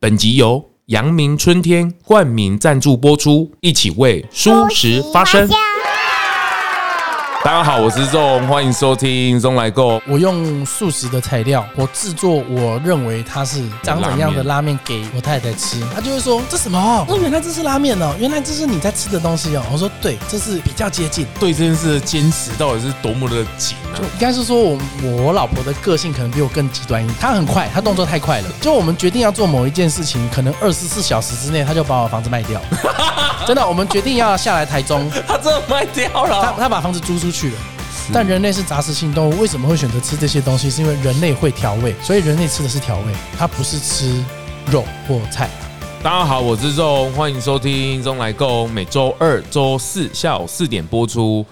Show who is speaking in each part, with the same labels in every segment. Speaker 1: 本集由阳明春天冠名赞助播出，一起为舒适发声。大家好，我是钟，欢迎收听钟来购。
Speaker 2: 我用素食的材料，我制作我认为它是长怎样的拉面给我太太吃，她就会说这什么？哦，原来这是拉面哦，原来这是你在吃的东西哦。我说对，这是比较接近。
Speaker 1: 对这件事的坚持到底是多么的紧啊
Speaker 2: 就！应该是说我我老婆的个性可能比我更极端一点，她很快，她动作太快了。就我们决定要做某一件事情，可能二十四小时之内，她就把我房子卖掉。 真的，我们决定要下来台中，
Speaker 1: 他真的卖掉
Speaker 2: 她，她把房子租出去了。但人类哦是杂食性动物，为什么会选择吃这些东西？是因为人类会调味，所以人类吃的是调味，它不是吃肉或菜。
Speaker 1: 大家好，我是呃钟，欢迎收听钟来购，每周二、周四下午四点播出。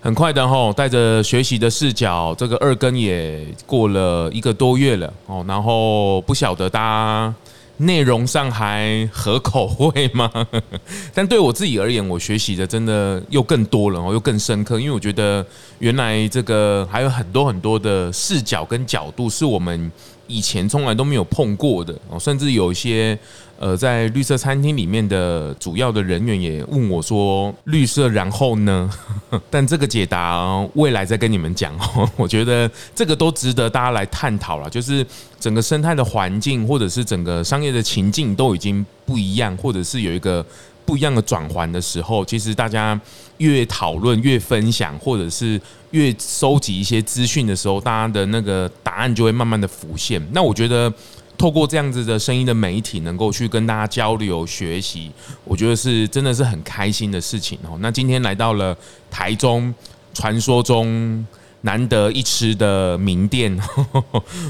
Speaker 1: 很快的吼，带着学习的视角，这个二更也过了一个多月了哦。然后不晓得大家内容上还合口味吗？ 但对我自己而言，我学习的真的又更多了哦，又更深刻，因为我觉得原来这个还有很多很多的视角跟角度是我们以前从来都没有碰过的哦，甚至有一些呃，在绿色餐厅里面的主要的人员也问我说：“绿色，然后呢？” 但这个解答未来再跟你们讲哦。 我觉得这个都值得大家来探讨了，就是整个生态的环境，或者是整个商业的情境都已经不一样，或者是有一个不一样的转环的时候，其实大家越讨论、越分享，或者是越收集一些资讯的时候，大家的那个答案就会慢慢的浮现。那我觉得。透过这样子的声音的媒体，能够去跟大家交流学习，我觉得是真的是很开心的事情哦。那今天来到了台中，传说中难得一吃的 名店，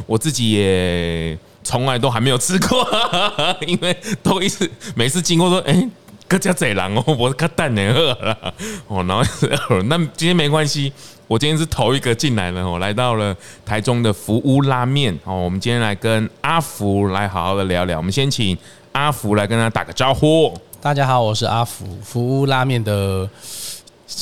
Speaker 1: 我自己也从来都还没有吃过， 因为都一直每次经过说，哎、各家贼狼哦，我可蛋能饿了哦，然后 那今天没关系，我今天是头一个进来了，哦我来到了台中的福屋拉面哦，我们今天来跟阿福来好好的聊聊，我们先请阿福来跟他打个招呼，
Speaker 2: 大家好，我是阿福，福屋拉面的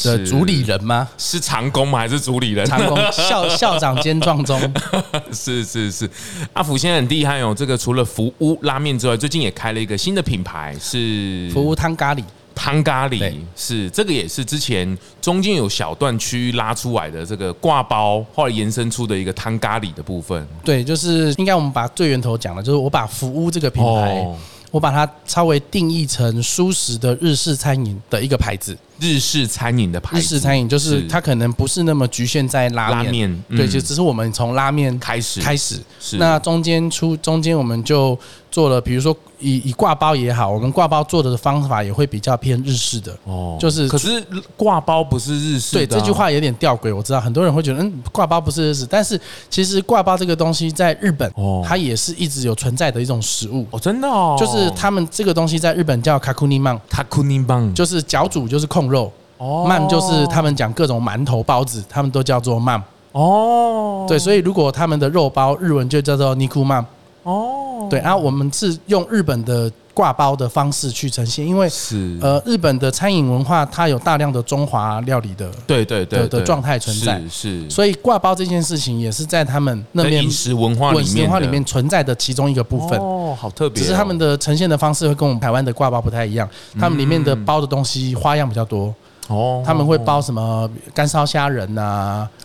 Speaker 2: 的
Speaker 1: 是
Speaker 2: 主理人吗？
Speaker 1: 是长工吗？还是主理人？
Speaker 2: 长 工校校长兼壮中，
Speaker 1: 是是是，阿福现在很厉害哦，这个除了福屋拉面之外，最近也开了一个新的品牌是
Speaker 2: 福屋汤咖喱。
Speaker 1: 汤咖喱
Speaker 2: 对
Speaker 1: 是这个也是之前中间有小段区域拉出来的这个挂包，后来延伸出的一个汤咖喱的部分。
Speaker 2: 对，就是应该我们把最源头讲了，就是我把福屋这个品牌，
Speaker 1: 哦
Speaker 2: 我把它稍微定义成舒适的日式餐饮的一个牌子。
Speaker 1: 日式餐饮的牌子，
Speaker 2: 日式餐饮就是它可能不是那么局限在拉面，
Speaker 1: 拉面嗯
Speaker 2: 对，就只是我们从拉面
Speaker 1: 开始
Speaker 2: 开始。
Speaker 1: 是
Speaker 2: 那中间出中间我们就做了，比如说以以挂包也好，我们挂包做的方法也会比较偏日式的。
Speaker 1: 哦
Speaker 2: 就是
Speaker 1: 可是挂包不是日式的啊、
Speaker 2: 对这句话有点吊诡，我知道很多人会觉得，嗯，挂包不是日式，但是其实挂包这个东西在日本，
Speaker 1: 哦
Speaker 2: 它也是一直有存在的一种食物，
Speaker 1: 哦，真的哦，
Speaker 2: 就是他们这个东西在日本叫卡库尼曼，
Speaker 1: 塔库尼棒，
Speaker 2: 就是脚煮就是控肉，
Speaker 1: 哦
Speaker 2: 曼就是他们讲各种馒头包子，他们都叫做曼。
Speaker 1: 哦，
Speaker 2: 对，所以如果他们的肉包日文就叫做尼库曼，
Speaker 1: 哦，
Speaker 2: 对，然啊后我们是用日本的挂包的方式去呈现，因为
Speaker 1: 是
Speaker 2: 呃日本的餐饮文化它有大量的中华料理的，
Speaker 1: 对对对
Speaker 2: 的的
Speaker 1: 对
Speaker 2: 状态存在
Speaker 1: 是是，
Speaker 2: 所以挂包这件事情也是在他们那
Speaker 1: 在
Speaker 2: 边
Speaker 1: 饮食文化里
Speaker 2: 文
Speaker 1: 面的，
Speaker 2: 文化里面存在的其中一个部分。
Speaker 1: 哦，好特别哦、
Speaker 2: 只是他们的呈现的方式会跟我们台湾的挂包不太一样，
Speaker 1: 嗯
Speaker 2: 他们里面的包的东西花样比较多，
Speaker 1: 哦，
Speaker 2: 他们会包什么干烧虾仁呐、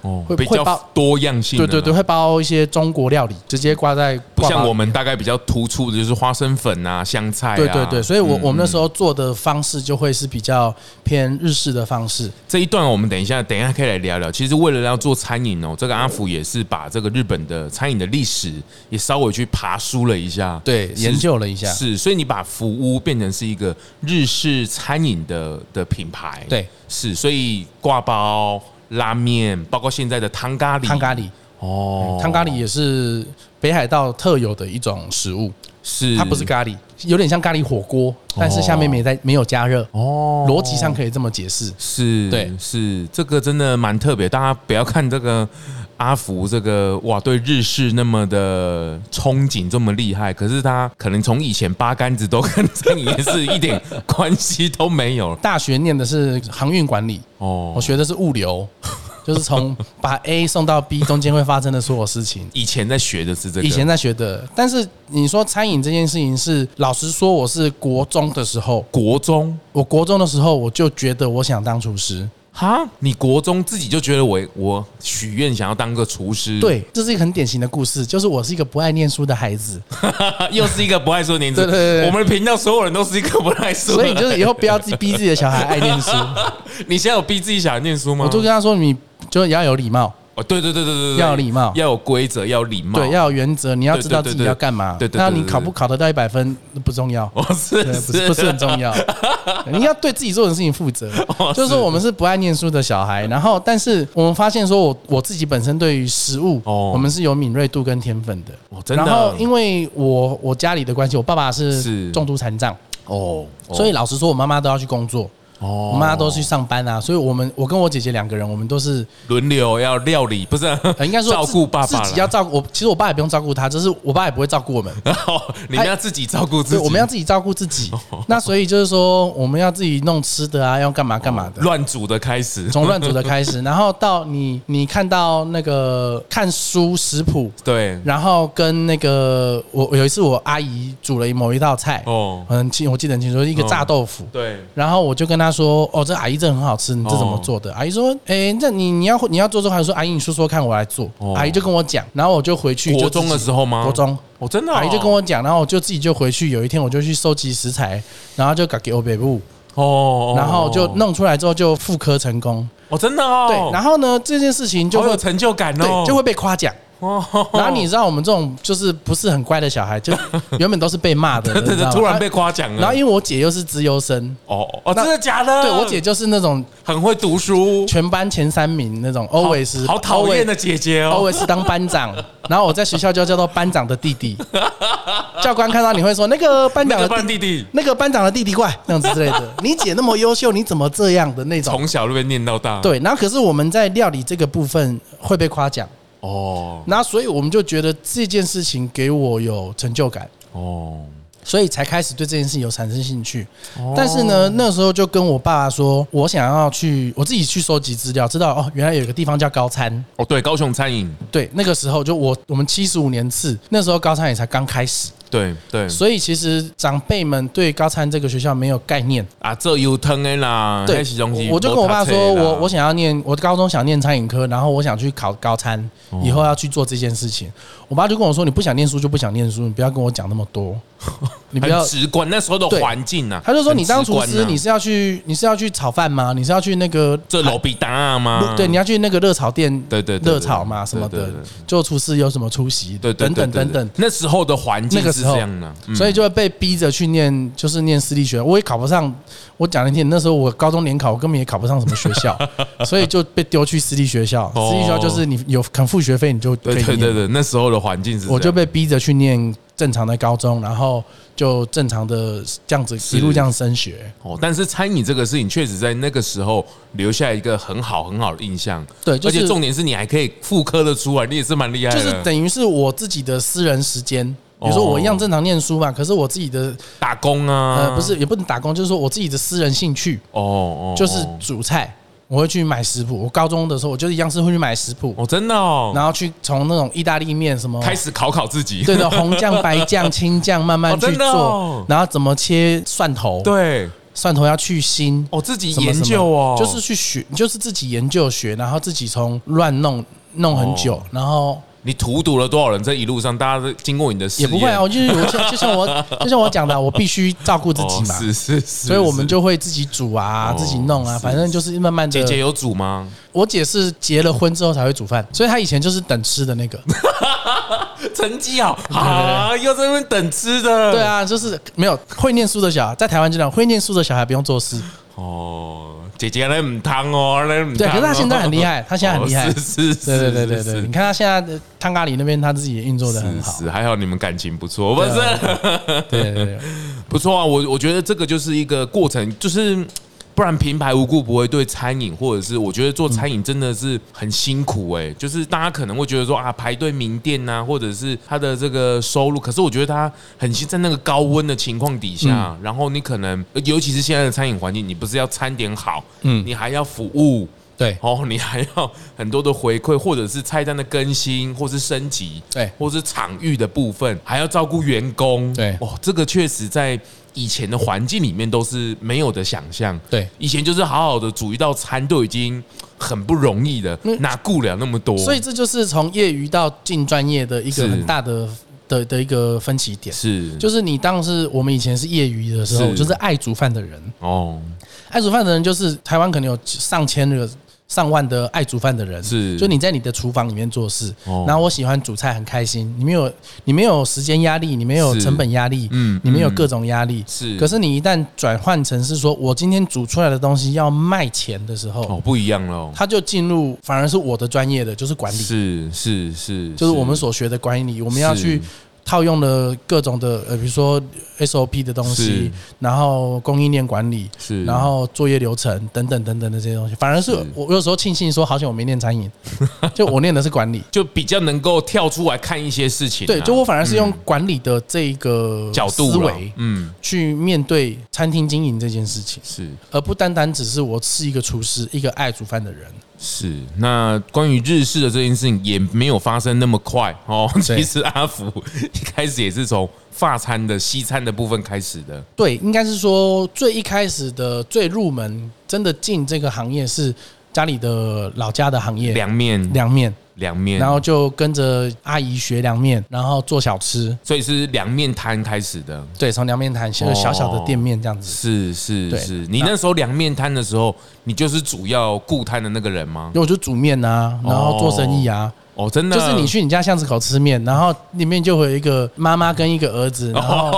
Speaker 1: 哦
Speaker 2: 会
Speaker 1: 比
Speaker 2: 会
Speaker 1: 较
Speaker 2: 包
Speaker 1: 多样性的
Speaker 2: 对
Speaker 1: 啦，
Speaker 2: 对对，会包一些中国料理，直接挂在
Speaker 1: 不
Speaker 2: 挂包
Speaker 1: 像我们大概比较突出的就是花生粉啊、香菜啊。
Speaker 2: 对对对，所以我
Speaker 1: 嗯
Speaker 2: 我们那时候做的方式就会是比较偏日式的方式。
Speaker 1: 这一段我们等一下，等一下可以来聊聊。其实为了要做餐饮哦，这个阿福也是把这个日本的餐饮的历史也稍微去爬梳了一下，
Speaker 2: 对
Speaker 1: 是
Speaker 2: 研究了一下
Speaker 1: 是，所以你把福屋变成是一个日式餐饮的的品牌，
Speaker 2: 对，
Speaker 1: 是，所以挂包、拉面，包括现在的汤咖喱，
Speaker 2: 汤咖喱，嗯
Speaker 1: 哦，
Speaker 2: 汤咖喱也是北海道特有的一种食物，
Speaker 1: 是
Speaker 2: 它不是咖喱，有点像咖喱火锅，但是下面没在没有加热，
Speaker 1: 哦
Speaker 2: 逻辑上可以这么解释。
Speaker 1: 是，
Speaker 2: 对
Speaker 1: 是这个真的蛮特别。大家不要看这个阿福这个哇，对日式那么的憧憬这么厉害，可是他可能从以前八竿子都跟餐饮业是一点关系都没有
Speaker 2: 大学念的是航运管理，
Speaker 1: 哦
Speaker 2: 我。学的是物流， 就是从把 A 送到 B 中间会发生的所有事情。
Speaker 1: 以前在学的是这个，
Speaker 2: 以前在学的，但是你说餐饮这件事情是，老实说，我是国中的时候，
Speaker 1: 国中
Speaker 2: 我国中的时候我就觉得我想当厨师。
Speaker 1: 哈，你国中自己就觉得我我许愿想要当个厨师，，
Speaker 2: 对，这是一个很典型的故事，就是我是一个不爱念书的孩子，
Speaker 1: 又是一个不爱说的年纪。
Speaker 2: 对对对对
Speaker 1: 我们的频道所有人都是一个不爱说的
Speaker 2: 所以
Speaker 1: 人。
Speaker 2: 你就是以后不要自己逼自己的小孩爱念书。
Speaker 1: 你现在有逼自己小孩念书吗？
Speaker 2: 我就跟他说，你就要有礼貌，
Speaker 1: 哦，对对对对对对，
Speaker 2: 要有礼貌
Speaker 1: 要有规则，要有礼貌。
Speaker 2: 对，要有原则，你要
Speaker 1: 对
Speaker 2: 知
Speaker 1: 对
Speaker 2: 道
Speaker 1: 对
Speaker 2: 自己
Speaker 1: 对
Speaker 2: 要干嘛。
Speaker 1: 对对对
Speaker 2: 那
Speaker 1: 对
Speaker 2: 你
Speaker 1: 对
Speaker 2: 考不考得到一百分不重要。
Speaker 1: 哦，是
Speaker 2: 对，不是不是很 重要，你要对自己做的事情负责
Speaker 1: 哦。
Speaker 2: 就
Speaker 1: 是
Speaker 2: 是说，我们是不爱念书的小孩，然后但是我们发现说我我自己本身对于食物，
Speaker 1: 哦
Speaker 2: 我们是有敏锐度跟天分的。
Speaker 1: 哦真的
Speaker 2: 然后因为我我家里的关系，我爸爸
Speaker 1: 是
Speaker 2: 是重度残障，
Speaker 1: 哦，哦
Speaker 2: 所以老实说，我妈妈都要去工作，
Speaker 1: 哦
Speaker 2: 我妈都去上班啊，所以我们我跟我姐姐两个人，我们都是
Speaker 1: 轮流要料理，不是啊？
Speaker 2: 呃应该说
Speaker 1: 照
Speaker 2: 自
Speaker 1: 顾爸爸啦
Speaker 2: 自己要照顾我。其实我爸也不用照顾他，就是我爸也不会照顾我们。
Speaker 1: 哦，你们要自己照顾自
Speaker 2: 对，
Speaker 1: 己，
Speaker 2: 我们要自己照顾 自己。那所以就是说，我们要自己弄吃的啊，要干嘛干嘛的。
Speaker 1: 乱煮的开始。
Speaker 2: 从乱煮的开始，然后到你你看到那个看书食谱，
Speaker 1: 对，
Speaker 2: 然后跟那个我我有一次我阿姨煮了某一道菜，
Speaker 1: 哦，嗯
Speaker 2: 很清我记得很清楚，一个炸豆腐。
Speaker 1: 对，
Speaker 2: 然后我就跟她说：“哦，这阿姨这很好吃，你这怎么
Speaker 1: 哦
Speaker 2: 做的？”阿姨说：“哎，那你你要你要做做看。”我说：“阿姨，你说说看，我来做。
Speaker 1: 哦
Speaker 2: 阿姨就跟我讲，然后我就回去就
Speaker 1: 国
Speaker 2: 自己
Speaker 1: 中的时候吗？
Speaker 2: 国中，
Speaker 1: 哦，真的哦，
Speaker 2: 阿姨就跟我讲，然后我就自己就回去。有一天我就去收集食材，然后就给我北部，
Speaker 1: 哦哦，
Speaker 2: 然后就
Speaker 1: 那
Speaker 2: 弄出来之后就复刻成功。
Speaker 1: 哦，真的哦，
Speaker 2: 对，然
Speaker 1: 后
Speaker 2: 后呢，这件事情就
Speaker 1: 好
Speaker 2: 会
Speaker 1: 有成就感哦，
Speaker 2: 对就会被夸奖。
Speaker 1: 哦，
Speaker 2: 然后你知道我们这种就是不是很乖的小孩，就原本都是被骂的，
Speaker 1: 对对
Speaker 2: 你知道
Speaker 1: 对，
Speaker 2: 吗
Speaker 1: 突然被。夸奖了，
Speaker 2: 然后因为我姐又是资优生，
Speaker 1: 哦哦，
Speaker 2: 那
Speaker 1: 真的假的？
Speaker 2: 对我姐就是那种
Speaker 1: 很会读书，
Speaker 2: 全班前三名那种，always
Speaker 1: 好讨厌的姐姐哦，
Speaker 2: ，always 当 班长。然后我在学校就叫做班长的弟弟，教官看到你会说那个班
Speaker 1: 那
Speaker 2: 长
Speaker 1: 个
Speaker 2: 的
Speaker 1: 半
Speaker 2: 弟
Speaker 1: 弟弟
Speaker 2: 那个班长的弟弟怪那样子之类 的。你姐那么优秀，你怎么这样的那种？
Speaker 1: 从小就被念到大，，
Speaker 2: 对，然后可是我们在料理这个部分会被夸奖，
Speaker 1: 哦
Speaker 2: 那所以我们就觉得这件事情给我有成就感，
Speaker 1: 哦，
Speaker 2: 所以才开始对这件事情有产生兴趣
Speaker 1: 哦。
Speaker 2: 但是呢，那时候就跟我爸爸说，我想要去我自己去收集资料，知道哦，原来有一个地方叫高餐。
Speaker 1: 哦，对，高雄餐饮，
Speaker 2: 对，那个时候就我我们七十五年次，那时候高餐也才刚开始，
Speaker 1: 对对
Speaker 2: 所以其实长辈们对高餐这个学校没有概念。
Speaker 1: 啊，这油汤的啦，
Speaker 2: 对
Speaker 1: 那是东西，
Speaker 2: 我我就跟我爸说，
Speaker 1: 没读册的
Speaker 2: 我
Speaker 1: 啦
Speaker 2: 我想要念，我高中想念餐饮科，然后我想去考高餐，
Speaker 1: 哦
Speaker 2: 以后要去做这件事情。我爸就跟我说，你不想念书就不想念书，你不要跟我讲那么多，你不要
Speaker 1: 很。直观，那时候的
Speaker 2: 对
Speaker 1: 环境啊，
Speaker 2: 他就说，你当
Speaker 1: 很直
Speaker 2: 厨
Speaker 1: 观
Speaker 2: 师，
Speaker 1: 啊
Speaker 2: 你是要去你是要去炒饭吗？你是要去那个
Speaker 1: 这楼比大啊吗？
Speaker 2: 对，你要去那个热炒店，
Speaker 1: 对对对对
Speaker 2: 热炒嘛什么
Speaker 1: 对
Speaker 2: 的
Speaker 1: 对对，
Speaker 2: 就厨师有什么出席，
Speaker 1: 对对
Speaker 2: 等等
Speaker 1: 对对
Speaker 2: 等等
Speaker 1: 对。那时候的环境
Speaker 2: 那个
Speaker 1: 是
Speaker 2: 时
Speaker 1: 这
Speaker 2: 候
Speaker 1: 样的，嗯
Speaker 2: 所以就会被逼着去念，就是念私立学校。我也考不上，我讲了一天，那时候我高中联考，我根本也考不上什么学 校，所以就被丢去私立学校。
Speaker 1: 哦
Speaker 2: 私立学校就是你有肯付学费，你就可
Speaker 1: 对
Speaker 2: 以念。
Speaker 1: 对对对，那时候的环境是这样，
Speaker 2: 我就被逼着去念正常的高中，然后就正常的这样子一路这样升学。
Speaker 1: 哦，但是餐饮这个事情确实在那个时候留下一个很好很好的印象，
Speaker 2: 对就是
Speaker 1: 而且重点是你还可以复刻的出来，你也是哦蛮厉害
Speaker 2: 就
Speaker 1: 的，
Speaker 2: 是等于是我自己的私人时间，比如说我一样正常念书嘛，可是我自己的
Speaker 1: 打工啊，
Speaker 2: 呃不是也不能打工，就是说我自己的私人兴趣
Speaker 1: 哦哦，
Speaker 2: 就是
Speaker 1: 哦
Speaker 2: 煮菜，我会去买食谱。我高中的时候，我就是一样是会去买食谱。
Speaker 1: 哦真的哦，
Speaker 2: 然后去从那种意大利面什么
Speaker 1: 开始考考自己，
Speaker 2: 对的红酱、白 酱、青酱慢慢
Speaker 1: 哦真
Speaker 2: 去
Speaker 1: 的哦
Speaker 2: 做，然后怎么切蒜头，
Speaker 1: 对
Speaker 2: 蒜头要去腥，
Speaker 1: 哦，自己
Speaker 2: 什么
Speaker 1: 研
Speaker 2: 什么
Speaker 1: 究哦，
Speaker 2: 就是去学，就是自己研究学，然后自己从乱弄弄很
Speaker 1: 哦
Speaker 2: 久，然后
Speaker 1: 你荼毒了多少人？这一路上大家都经过你的试
Speaker 2: 也
Speaker 1: 验，
Speaker 2: 不会啊，我就是有就像我就像我讲的，啊我必须照顾自己
Speaker 1: 哦
Speaker 2: 嘛，
Speaker 1: 是是是，
Speaker 2: 所以我们
Speaker 1: 是
Speaker 2: 就会自己煮啊，
Speaker 1: 哦
Speaker 2: 自己弄啊，
Speaker 1: 是
Speaker 2: 反正就是慢慢的。
Speaker 1: 姐姐有煮 吗？
Speaker 2: 我姐是结了婚之后才会煮饭，所以她以前就是等吃的 那个。
Speaker 1: 成绩好 啊，又在那边等吃的，
Speaker 2: 对，啊，就是没有会念书的小孩，在台湾就这样，会念书的小孩不用做事。
Speaker 1: 哦，姐姐那唔汤哦，那唔
Speaker 2: 对，可是他现在很厉害，他现在很厉害。
Speaker 1: 哦是是
Speaker 2: 对
Speaker 1: 是，
Speaker 2: 对对对
Speaker 1: 是
Speaker 2: 对，
Speaker 1: 是
Speaker 2: 你看他现在的汤咖喱那边他自己也运作的很
Speaker 1: 是
Speaker 2: 好。啊
Speaker 1: 是，还好你们感情不错，不是、
Speaker 2: 对对对对，
Speaker 1: 不错啊。我我觉得这个就是一个过程，就是不然平白无故不会对餐饮，或者是我觉得做餐饮真的是很辛苦哎、就是大家可能会觉得说啊，排队名店呐、或者是他的这个收入，可是我觉得他很辛在那个高温的情况底下，然后你可能尤其是现在的餐饮环境，你不是要餐点好，嗯，你还要服务。
Speaker 2: 对
Speaker 1: 哦，你还要很多的回馈，或者是菜单的更新，或是升级，
Speaker 2: 对
Speaker 1: 或是场域的部分，还要照顾员工，
Speaker 2: 对
Speaker 1: 哦，这个确实在以前的环境里面都是没有的想象，
Speaker 2: 对
Speaker 1: 以前就是好好的煮一道餐都已经很不容易了，哪顾了那么多？
Speaker 2: 嗯所以这就是从业余到进专业的一个
Speaker 1: 是
Speaker 2: 很大的的的一个分歧点。
Speaker 1: 是
Speaker 2: 就是你当时我们以前是业余的时候，
Speaker 1: 是
Speaker 2: 就是爱煮饭的人，
Speaker 1: 哦，
Speaker 2: 爱煮饭的人就是台湾可能有上千个、上万的爱煮饭的人，
Speaker 1: 是
Speaker 2: 就你在你的厨房里面做事，
Speaker 1: 哦
Speaker 2: 然后我喜欢煮菜，很开心。你没有你没有时间压力，你没有
Speaker 1: 是
Speaker 2: 成本压力，
Speaker 1: 嗯
Speaker 2: 嗯，你没有
Speaker 1: 嗯
Speaker 2: 各种压力，
Speaker 1: 是
Speaker 2: 可是你一旦转换成是说我今天煮出来的东西要卖钱的时候，
Speaker 1: 哦不一样了，
Speaker 2: 它就进入反而是我的专业的就是管理，
Speaker 1: 是是是，
Speaker 2: 就是我们所学的管理，我们要
Speaker 1: 是
Speaker 2: 去套用的各种的呃，比如说 SOP 的东
Speaker 1: 是
Speaker 2: 西，然后供应链管理，
Speaker 1: 是
Speaker 2: 然后作业流程等等等等的这些东西，反而是
Speaker 1: 是
Speaker 2: 我我有时候庆幸说，好险我没念 餐饮，就我念的是管理。
Speaker 1: 就比较能够跳出来看一些事情啊、
Speaker 2: 对，就我反而是用管理的这一个
Speaker 1: 角度
Speaker 2: 思
Speaker 1: 啦
Speaker 2: 维
Speaker 1: 嗯，
Speaker 2: 去面对餐厅经营这件事情，
Speaker 1: 是
Speaker 2: 而不单单只是我是一个厨师，一个爱煮饭的人。
Speaker 1: 是。那关于日式的这件事情也没有发生那么快哦。
Speaker 2: 对
Speaker 1: 其实阿福一开始也是从法餐的西餐的部分开始的，
Speaker 2: 对，应该是说最一开始的最入门，真的进这个行业是家里的老家的行业，
Speaker 1: 凉面
Speaker 2: 凉面，
Speaker 1: 凉面，
Speaker 2: 然后就跟着阿姨学凉面，然后做小吃，
Speaker 1: 所以是凉面摊开始的。
Speaker 2: 对，从凉面摊先
Speaker 1: 哦
Speaker 2: 有小小的店面这样子。
Speaker 1: 是是
Speaker 2: 对
Speaker 1: 是，你那时候凉面摊的时候，你就是主要顾摊的那个人吗
Speaker 2: 因？为我就煮面啊，然后做生意啊，
Speaker 1: 哦，真的，
Speaker 2: 就是你去你家巷子口吃面，然后里面就会有一个妈妈跟一个儿子，然后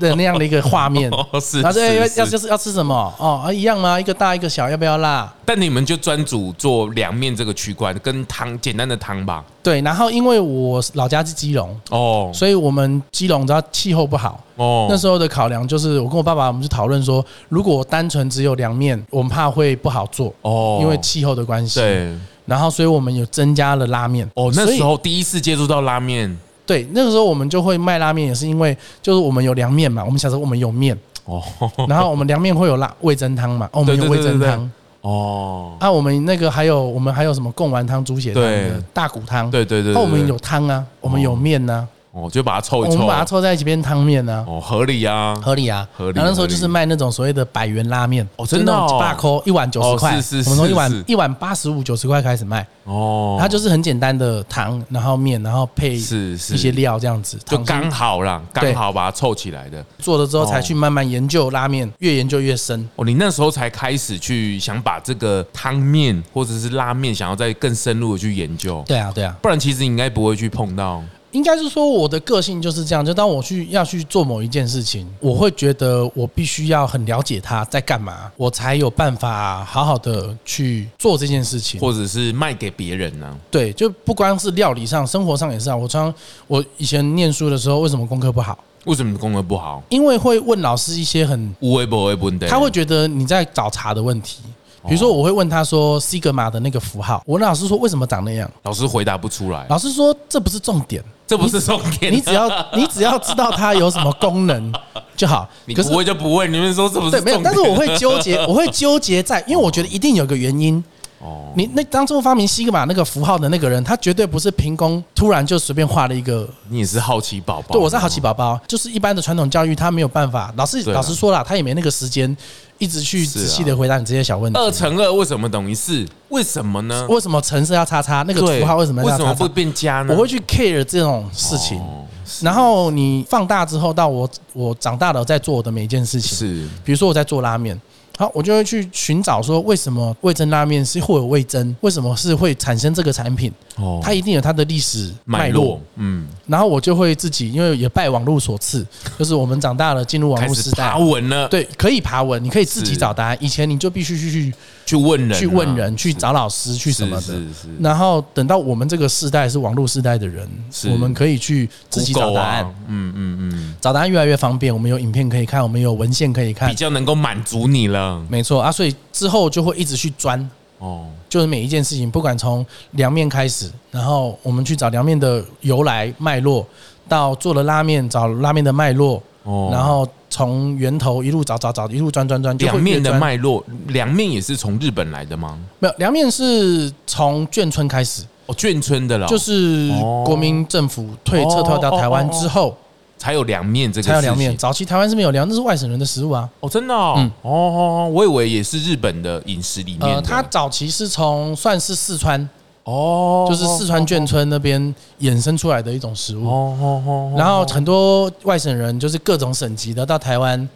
Speaker 2: 的那样的一个画面，
Speaker 1: 哦是，
Speaker 2: 然后哎这要
Speaker 1: 是
Speaker 2: 要
Speaker 1: 是
Speaker 2: 就是要吃什么哦啊一样吗？一个大一个小，要不要辣？
Speaker 1: 但你们就专注做凉面这个区块，跟汤简单的汤吧。
Speaker 2: 对，然后因为我老家是基隆，
Speaker 1: 哦
Speaker 2: 所以我们基隆只要气候不好，
Speaker 1: 哦
Speaker 2: 那时候的考量就是我跟我爸爸我们就讨论说，如果单纯只有凉面，我们怕会不好做，
Speaker 1: 哦
Speaker 2: 因为气候的关系。，
Speaker 1: 对
Speaker 2: 然后所以我们有增加了拉面。
Speaker 1: 哦，那
Speaker 2: 所以
Speaker 1: 时候第一次接触到拉面
Speaker 2: 对，那个时候我们就会卖拉面，也是因为就是我们有凉面嘛，我们小时候我们有面，
Speaker 1: 哦
Speaker 2: 然后我们凉面会有辣味增汤嘛，哦，我
Speaker 1: 对对
Speaker 2: 们有
Speaker 1: 对
Speaker 2: 味
Speaker 1: 对
Speaker 2: 增
Speaker 1: 对
Speaker 2: 汤
Speaker 1: 哦，
Speaker 2: 啊，我们那个还有我们还有什么贡丸汤、猪血汤
Speaker 1: 对
Speaker 2: 的大骨汤，
Speaker 1: 对对对，
Speaker 2: 那我们
Speaker 1: 对
Speaker 2: 有汤啊，我们有面呐、
Speaker 1: 哦，就把它凑
Speaker 2: 我
Speaker 1: 一
Speaker 2: 们
Speaker 1: 凑，
Speaker 2: 把它凑在一起变汤面啊。
Speaker 1: 哦，合理啊，
Speaker 2: 合理啊，
Speaker 1: 合理
Speaker 2: 然后那时候就
Speaker 1: 合
Speaker 2: 是
Speaker 1: 理
Speaker 2: 卖那种所谓的百元拉面，
Speaker 1: 哦真的哦
Speaker 2: 八扣一碗九
Speaker 1: 哦
Speaker 2: 十块，
Speaker 1: 是是
Speaker 2: 我们从一
Speaker 1: 是是
Speaker 2: 碗一碗八十五九十块开始卖，
Speaker 1: 哦，
Speaker 2: 它就是很简单的糖，然后面，然后配一
Speaker 1: 是是
Speaker 2: 些料这样子，
Speaker 1: 就
Speaker 2: 糖心
Speaker 1: 刚好啦，刚
Speaker 2: 对
Speaker 1: 好把它凑起来的。
Speaker 2: 做了之后
Speaker 1: 哦
Speaker 2: 才去慢慢研究拉面，越研究越深。
Speaker 1: 哦，你那时候才开始去想把这个汤面或者是拉面，想要再更深入的去研究，
Speaker 2: 对啊，对啊，
Speaker 1: 不然其实你应该不会去碰到。
Speaker 2: 应该是说我的个性就是这样，就当我去要去做某一件事
Speaker 1: 嗯
Speaker 2: 情，我会觉得我必须要很了解它在干嘛，我才有办法好好的去做这件事情。
Speaker 1: 或者是卖给别人呢、啊
Speaker 2: 对，就不光是料理上，生活上也是啊。我常我以前念书的时候，为什么功课不好？
Speaker 1: 为什么功能不好？
Speaker 2: 因为会问老师一些很，
Speaker 1: 无微不微不对，哦
Speaker 2: 他会觉得你在找茬的问题。比如说，我会问他说西格玛的那个符号，我问老师说为什么长那样，
Speaker 1: 老师回答不出来，
Speaker 2: 老师说这不是重 点，
Speaker 1: 这不是重点、啊
Speaker 2: 啊你只要你只要知道它有什么功能就好。
Speaker 1: 你
Speaker 2: 可是
Speaker 1: 不会就不会，你们说这不是
Speaker 2: 对没有，
Speaker 1: 重点
Speaker 2: 但是我会纠 结，我会纠结在，因为我觉得一定有个原因。
Speaker 1: 哦
Speaker 2: 你那当初发明西格玛那个符号的那个人，他绝对不是凭空突然就随便画了一个
Speaker 1: 你也是好奇宝宝，
Speaker 2: 对，我是好奇宝宝，就是一般的传统教育，他没有办法。老师
Speaker 1: 对啊
Speaker 2: 老实说了，他也没那个时间一直去
Speaker 1: 是啊呃
Speaker 2: 仔细的回答你这些小问题。
Speaker 1: 二乘二为什么等于四？为什么呢？
Speaker 2: 为什么橙色要叉叉？那个
Speaker 1: 对
Speaker 2: 符号为什么
Speaker 1: 为
Speaker 2: 要
Speaker 1: 什么
Speaker 2: 叉
Speaker 1: 会
Speaker 2: 叉？
Speaker 1: 变加呢？
Speaker 2: 我会去 care 这种事情。
Speaker 1: 哦是
Speaker 2: 然后你放大之后，到我我长大了，在做我的每一件事情，
Speaker 1: 是
Speaker 2: 比如说我在做拉面。好，我就会去寻找说，为什么味增拉面是会有味增？为什么是会产生这个产品？
Speaker 1: 哦
Speaker 2: 它一定有它的历史脉络。，
Speaker 1: 嗯，
Speaker 2: 然后我就会自己，因为也拜网络 所赐，就是我们长大了进入网
Speaker 1: 开
Speaker 2: 络
Speaker 1: 始
Speaker 2: 时代
Speaker 1: 爬，文了，，
Speaker 2: 对，可以爬文，你可以自己
Speaker 1: 是
Speaker 2: 找答案。以前你就必须去去
Speaker 1: 去问人啊，
Speaker 2: 去问人，去找老师，去
Speaker 1: 是
Speaker 2: 什么的。
Speaker 1: 是是
Speaker 2: 然后等到我们这个世代是网络世代的人
Speaker 1: 是，
Speaker 2: 我们可以去自己找
Speaker 1: Google
Speaker 2: 答
Speaker 1: 啊
Speaker 2: 案。，
Speaker 1: 嗯嗯嗯，
Speaker 2: 找答案越来越方便，我们有影片可以看，我们有文献可以
Speaker 1: 比
Speaker 2: 看，
Speaker 1: 较能够满足你了，
Speaker 2: 没错啊。所以之后就会一直去钻，
Speaker 1: 哦，
Speaker 2: 就是每一件事情，不管从凉面开始，然后我们去找凉面的由来脉络，到做了拉面找拉面的脉络，
Speaker 1: 哦
Speaker 2: 然后从源头一路找找找，一路钻钻钻，就会
Speaker 1: 凉面的
Speaker 2: 越钻
Speaker 1: 脉络，凉面也是从日本来的吗？
Speaker 2: 没有凉面是从眷村开始，
Speaker 1: 哦，眷村的了，
Speaker 2: 就是
Speaker 1: 哦
Speaker 2: 国民政府退
Speaker 1: 哦
Speaker 2: 撤退到台湾
Speaker 1: 哦哦哦
Speaker 2: 之后
Speaker 1: 才有凉面这个
Speaker 2: 才有凉面。
Speaker 1: 事情
Speaker 2: 早期台湾是没有凉，那是外省人的食物啊。
Speaker 1: 哦，真的哦，
Speaker 2: 嗯
Speaker 1: 哦哦，哦我以为也是日本的饮食里面的，
Speaker 2: 呃，它早期是从算是四川，
Speaker 1: 哦，
Speaker 2: 就是四川眷村那边衍生出来的一种食
Speaker 1: 哦
Speaker 2: 物。
Speaker 1: 哦哦哦，
Speaker 2: 然后很多外省人就是各种省级的到台湾，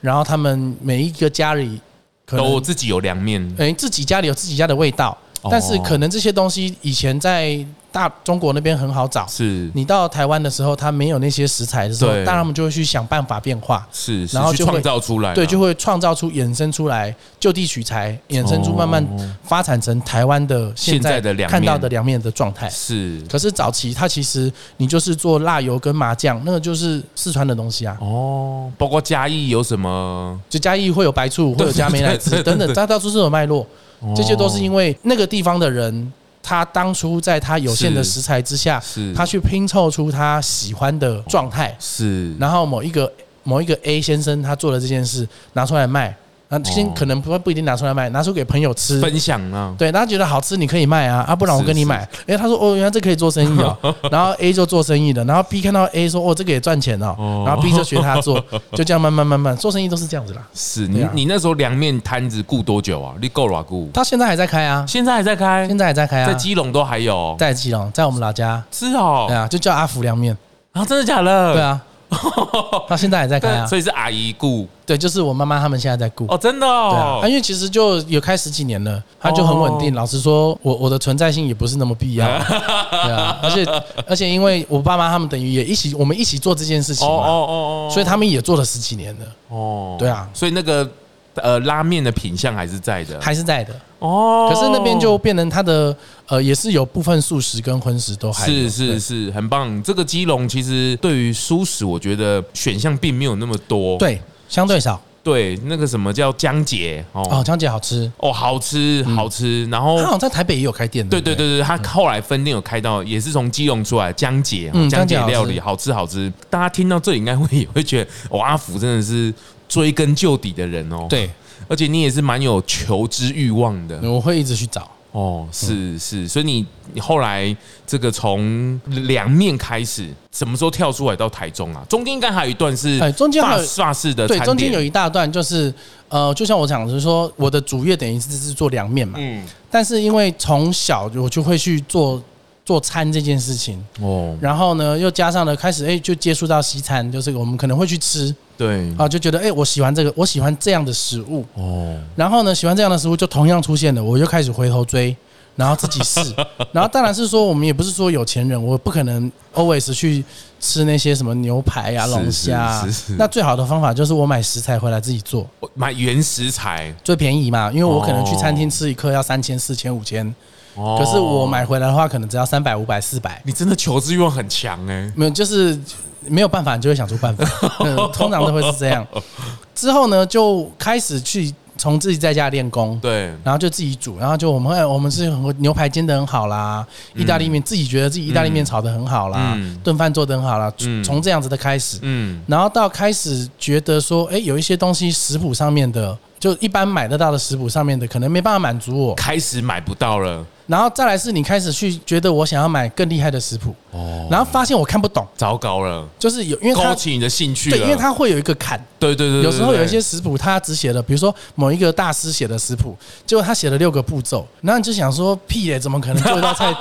Speaker 2: 然后他们每一个家里可能哎
Speaker 1: 都自己有凉面，
Speaker 2: 等于自己家里有自己家的味道，
Speaker 1: 哦
Speaker 2: 但是可能这些东西以前在大中国那边很好找，
Speaker 1: 是
Speaker 2: 你到台湾的时候，它没有那些食材的时候，
Speaker 1: 对
Speaker 2: 当然我们就会去想办法变化，
Speaker 1: 是，是
Speaker 2: 然后
Speaker 1: 去
Speaker 2: 就会
Speaker 1: 创造出来了，
Speaker 2: 对，就会创造出衍生出来就地取材，衍生出慢慢
Speaker 1: 哦
Speaker 2: 发展成台湾的现
Speaker 1: 现在
Speaker 2: 在
Speaker 1: 的凉面
Speaker 2: 看到的凉面的状态。
Speaker 1: 是
Speaker 2: 可是早期它其实你就是做辣油跟麻酱，那个就是四川的东西啊。
Speaker 1: 哦，包括嘉义有什么
Speaker 2: 就嘉义会有白醋，会有加美乃滋
Speaker 1: 对对对对
Speaker 2: 等等，它到处是有脉络。这些都是因
Speaker 1: 为
Speaker 2: 为那个地方的人，他当初在他有限的
Speaker 1: 是
Speaker 2: 食材之下，
Speaker 1: 是
Speaker 2: 他去拼凑出他喜欢的状态。
Speaker 1: 是
Speaker 2: 然后某一个某一个 A 先生他做了这件事，拿出来卖，那先
Speaker 1: 哦
Speaker 2: 可能不不一定拿出来卖，拿出给朋友吃。
Speaker 1: 分享啊，
Speaker 2: 对，他觉得好吃，你可以卖啊，啊，不然我
Speaker 1: 是
Speaker 2: 跟你买。哎，他说哦，原来这可以做生意 哦。然后 A 就做生意了，然后 B 看到 A 说哦，这个也赚钱
Speaker 1: 哦
Speaker 2: 哦，然后 B 就学他做，就这样慢慢慢慢做生意都是这样子啦。
Speaker 1: 是
Speaker 2: 对
Speaker 1: 你
Speaker 2: 啊
Speaker 1: 你那时候凉面摊子雇多久啊？你够了雇？
Speaker 2: 他现在还在开啊，
Speaker 1: 现在还在开
Speaker 2: 现，在还在开啊，
Speaker 1: 在基隆都还有，
Speaker 2: 在基隆，在我们老家，
Speaker 1: 是哦
Speaker 2: 对，啊，就叫阿福凉面，
Speaker 1: 啊，真的假的？
Speaker 2: 对啊，他现在还在开
Speaker 1: 呃 对，
Speaker 2: 啊，
Speaker 1: 所以是阿姨雇
Speaker 2: 对，就是我妈妈他们现在在顾。
Speaker 1: 哦，真的
Speaker 2: 对啊
Speaker 1: 哦，
Speaker 2: 啊，因为其实就有开十几年了，他就很稳定。老实说，我我的存在性也不是那么必 要，对啊。而且而且，因为我爸妈他们等于也一起，我们一起做这件事情
Speaker 1: 哦
Speaker 2: 嘛，
Speaker 1: 哦哦哦，
Speaker 2: 啊所以他们也做了十几年了，
Speaker 1: 哦，
Speaker 2: 对啊
Speaker 1: 所以那个呃拉面的品相还是在的，
Speaker 2: 还是在的。
Speaker 1: 哦，
Speaker 2: 可是那边就变成他的呃，也是有部分素食跟荤食都还有
Speaker 1: 是
Speaker 2: 对
Speaker 1: 是是很棒。这个基隆其实对于素食，我觉得选项并没有那么多。
Speaker 2: 对，相对少
Speaker 1: 对，那个什么叫江姐
Speaker 2: 哦。嗯
Speaker 1: 哦
Speaker 2: 江姐好吃，
Speaker 1: 哦，好吃好吃。然后
Speaker 2: 他好像在台北也有开店的。
Speaker 1: 对
Speaker 2: 不
Speaker 1: 对对对，他后来分店有开到，也是从基隆出来江姐哦
Speaker 2: 嗯
Speaker 1: 江
Speaker 2: 江
Speaker 1: 姐
Speaker 2: 姐
Speaker 1: 料理好吃好吃。大家听到这里应该会也会觉得，哇，阿福真的是追根究底的人哦。，
Speaker 2: 对，
Speaker 1: 而且你也是蛮有求知欲望的。
Speaker 2: 我会一直去找。
Speaker 1: 哦，是是，所以你你后来这个从两面开始，什么时候跳出来到台中啊？中间应该还有一段是
Speaker 2: 哎中间
Speaker 1: 法
Speaker 2: 还有
Speaker 1: 法式的
Speaker 2: 对，
Speaker 1: 餐
Speaker 2: 中间有
Speaker 1: 点
Speaker 2: 一大段就是呃，就像我讲的，就是说我的主业等于是是做凉面嘛，
Speaker 1: 嗯
Speaker 2: 但是因为从小我就会去做做餐这件事情，
Speaker 1: 哦，
Speaker 2: 然后呢又加上了开始哎、就接触到西餐，就是我们可能会去吃
Speaker 1: 对
Speaker 2: 啊，就觉得哎、我喜欢这个，我喜欢这样的食物，
Speaker 1: 哦，
Speaker 2: 然后呢喜欢这样的食物就同样出现了，我又开始回头追。然后自 己试，然后当然是说我们也不是说有钱人，我不可能 always 去吃那些什么牛排啊、
Speaker 1: 是
Speaker 2: 龙虾啊
Speaker 1: 是是是。
Speaker 2: 那最好的方法就是我买食材回来自己做，
Speaker 1: 我买原食材
Speaker 2: 最便宜嘛，因为我可能去餐
Speaker 1: 哦
Speaker 2: 厅吃一克要三千、四千、五千，
Speaker 1: 哦，
Speaker 2: 可是我买回来的话，可能只要三百、五百、四百，
Speaker 1: 你真的求知欲望很强哎，
Speaker 2: 没有就是没有办法，你就会想出办法， 嗯通常都会是这样。之后呢，就开始去从自己在家练功，
Speaker 1: 对
Speaker 2: 然后就自己煮，然后就我们哎我们是很牛排煎的很好啦，意大利面自己觉得自己意大利面炒的很好啦
Speaker 1: 嗯，
Speaker 2: 炖饭做的很好啦
Speaker 1: 嗯，
Speaker 2: 从这样子的开始，
Speaker 1: 嗯
Speaker 2: 然后到开始觉得说，哎，有一些东西食谱上面的，就一般买得到的食谱上面的，可能没办法满足我。
Speaker 1: 开始买不到了
Speaker 2: 然后再来是你开始去觉得我想要买更厉害的食谱，
Speaker 1: 哦，
Speaker 2: 然后发现我看不懂，
Speaker 1: 糟糕了，
Speaker 2: 就是有因为
Speaker 1: 勾
Speaker 2: 它
Speaker 1: 起你的兴趣
Speaker 2: 对，因为
Speaker 1: 了，
Speaker 2: 它会有一个坎，
Speaker 1: 对对对，
Speaker 2: 有时候
Speaker 1: 对
Speaker 2: 有一些
Speaker 1: 对
Speaker 2: 食谱它只写了，比如说某一个大师写的食谱，结果他写了六个步骤，然后你就想说屁嘞，怎么可能做一 道菜？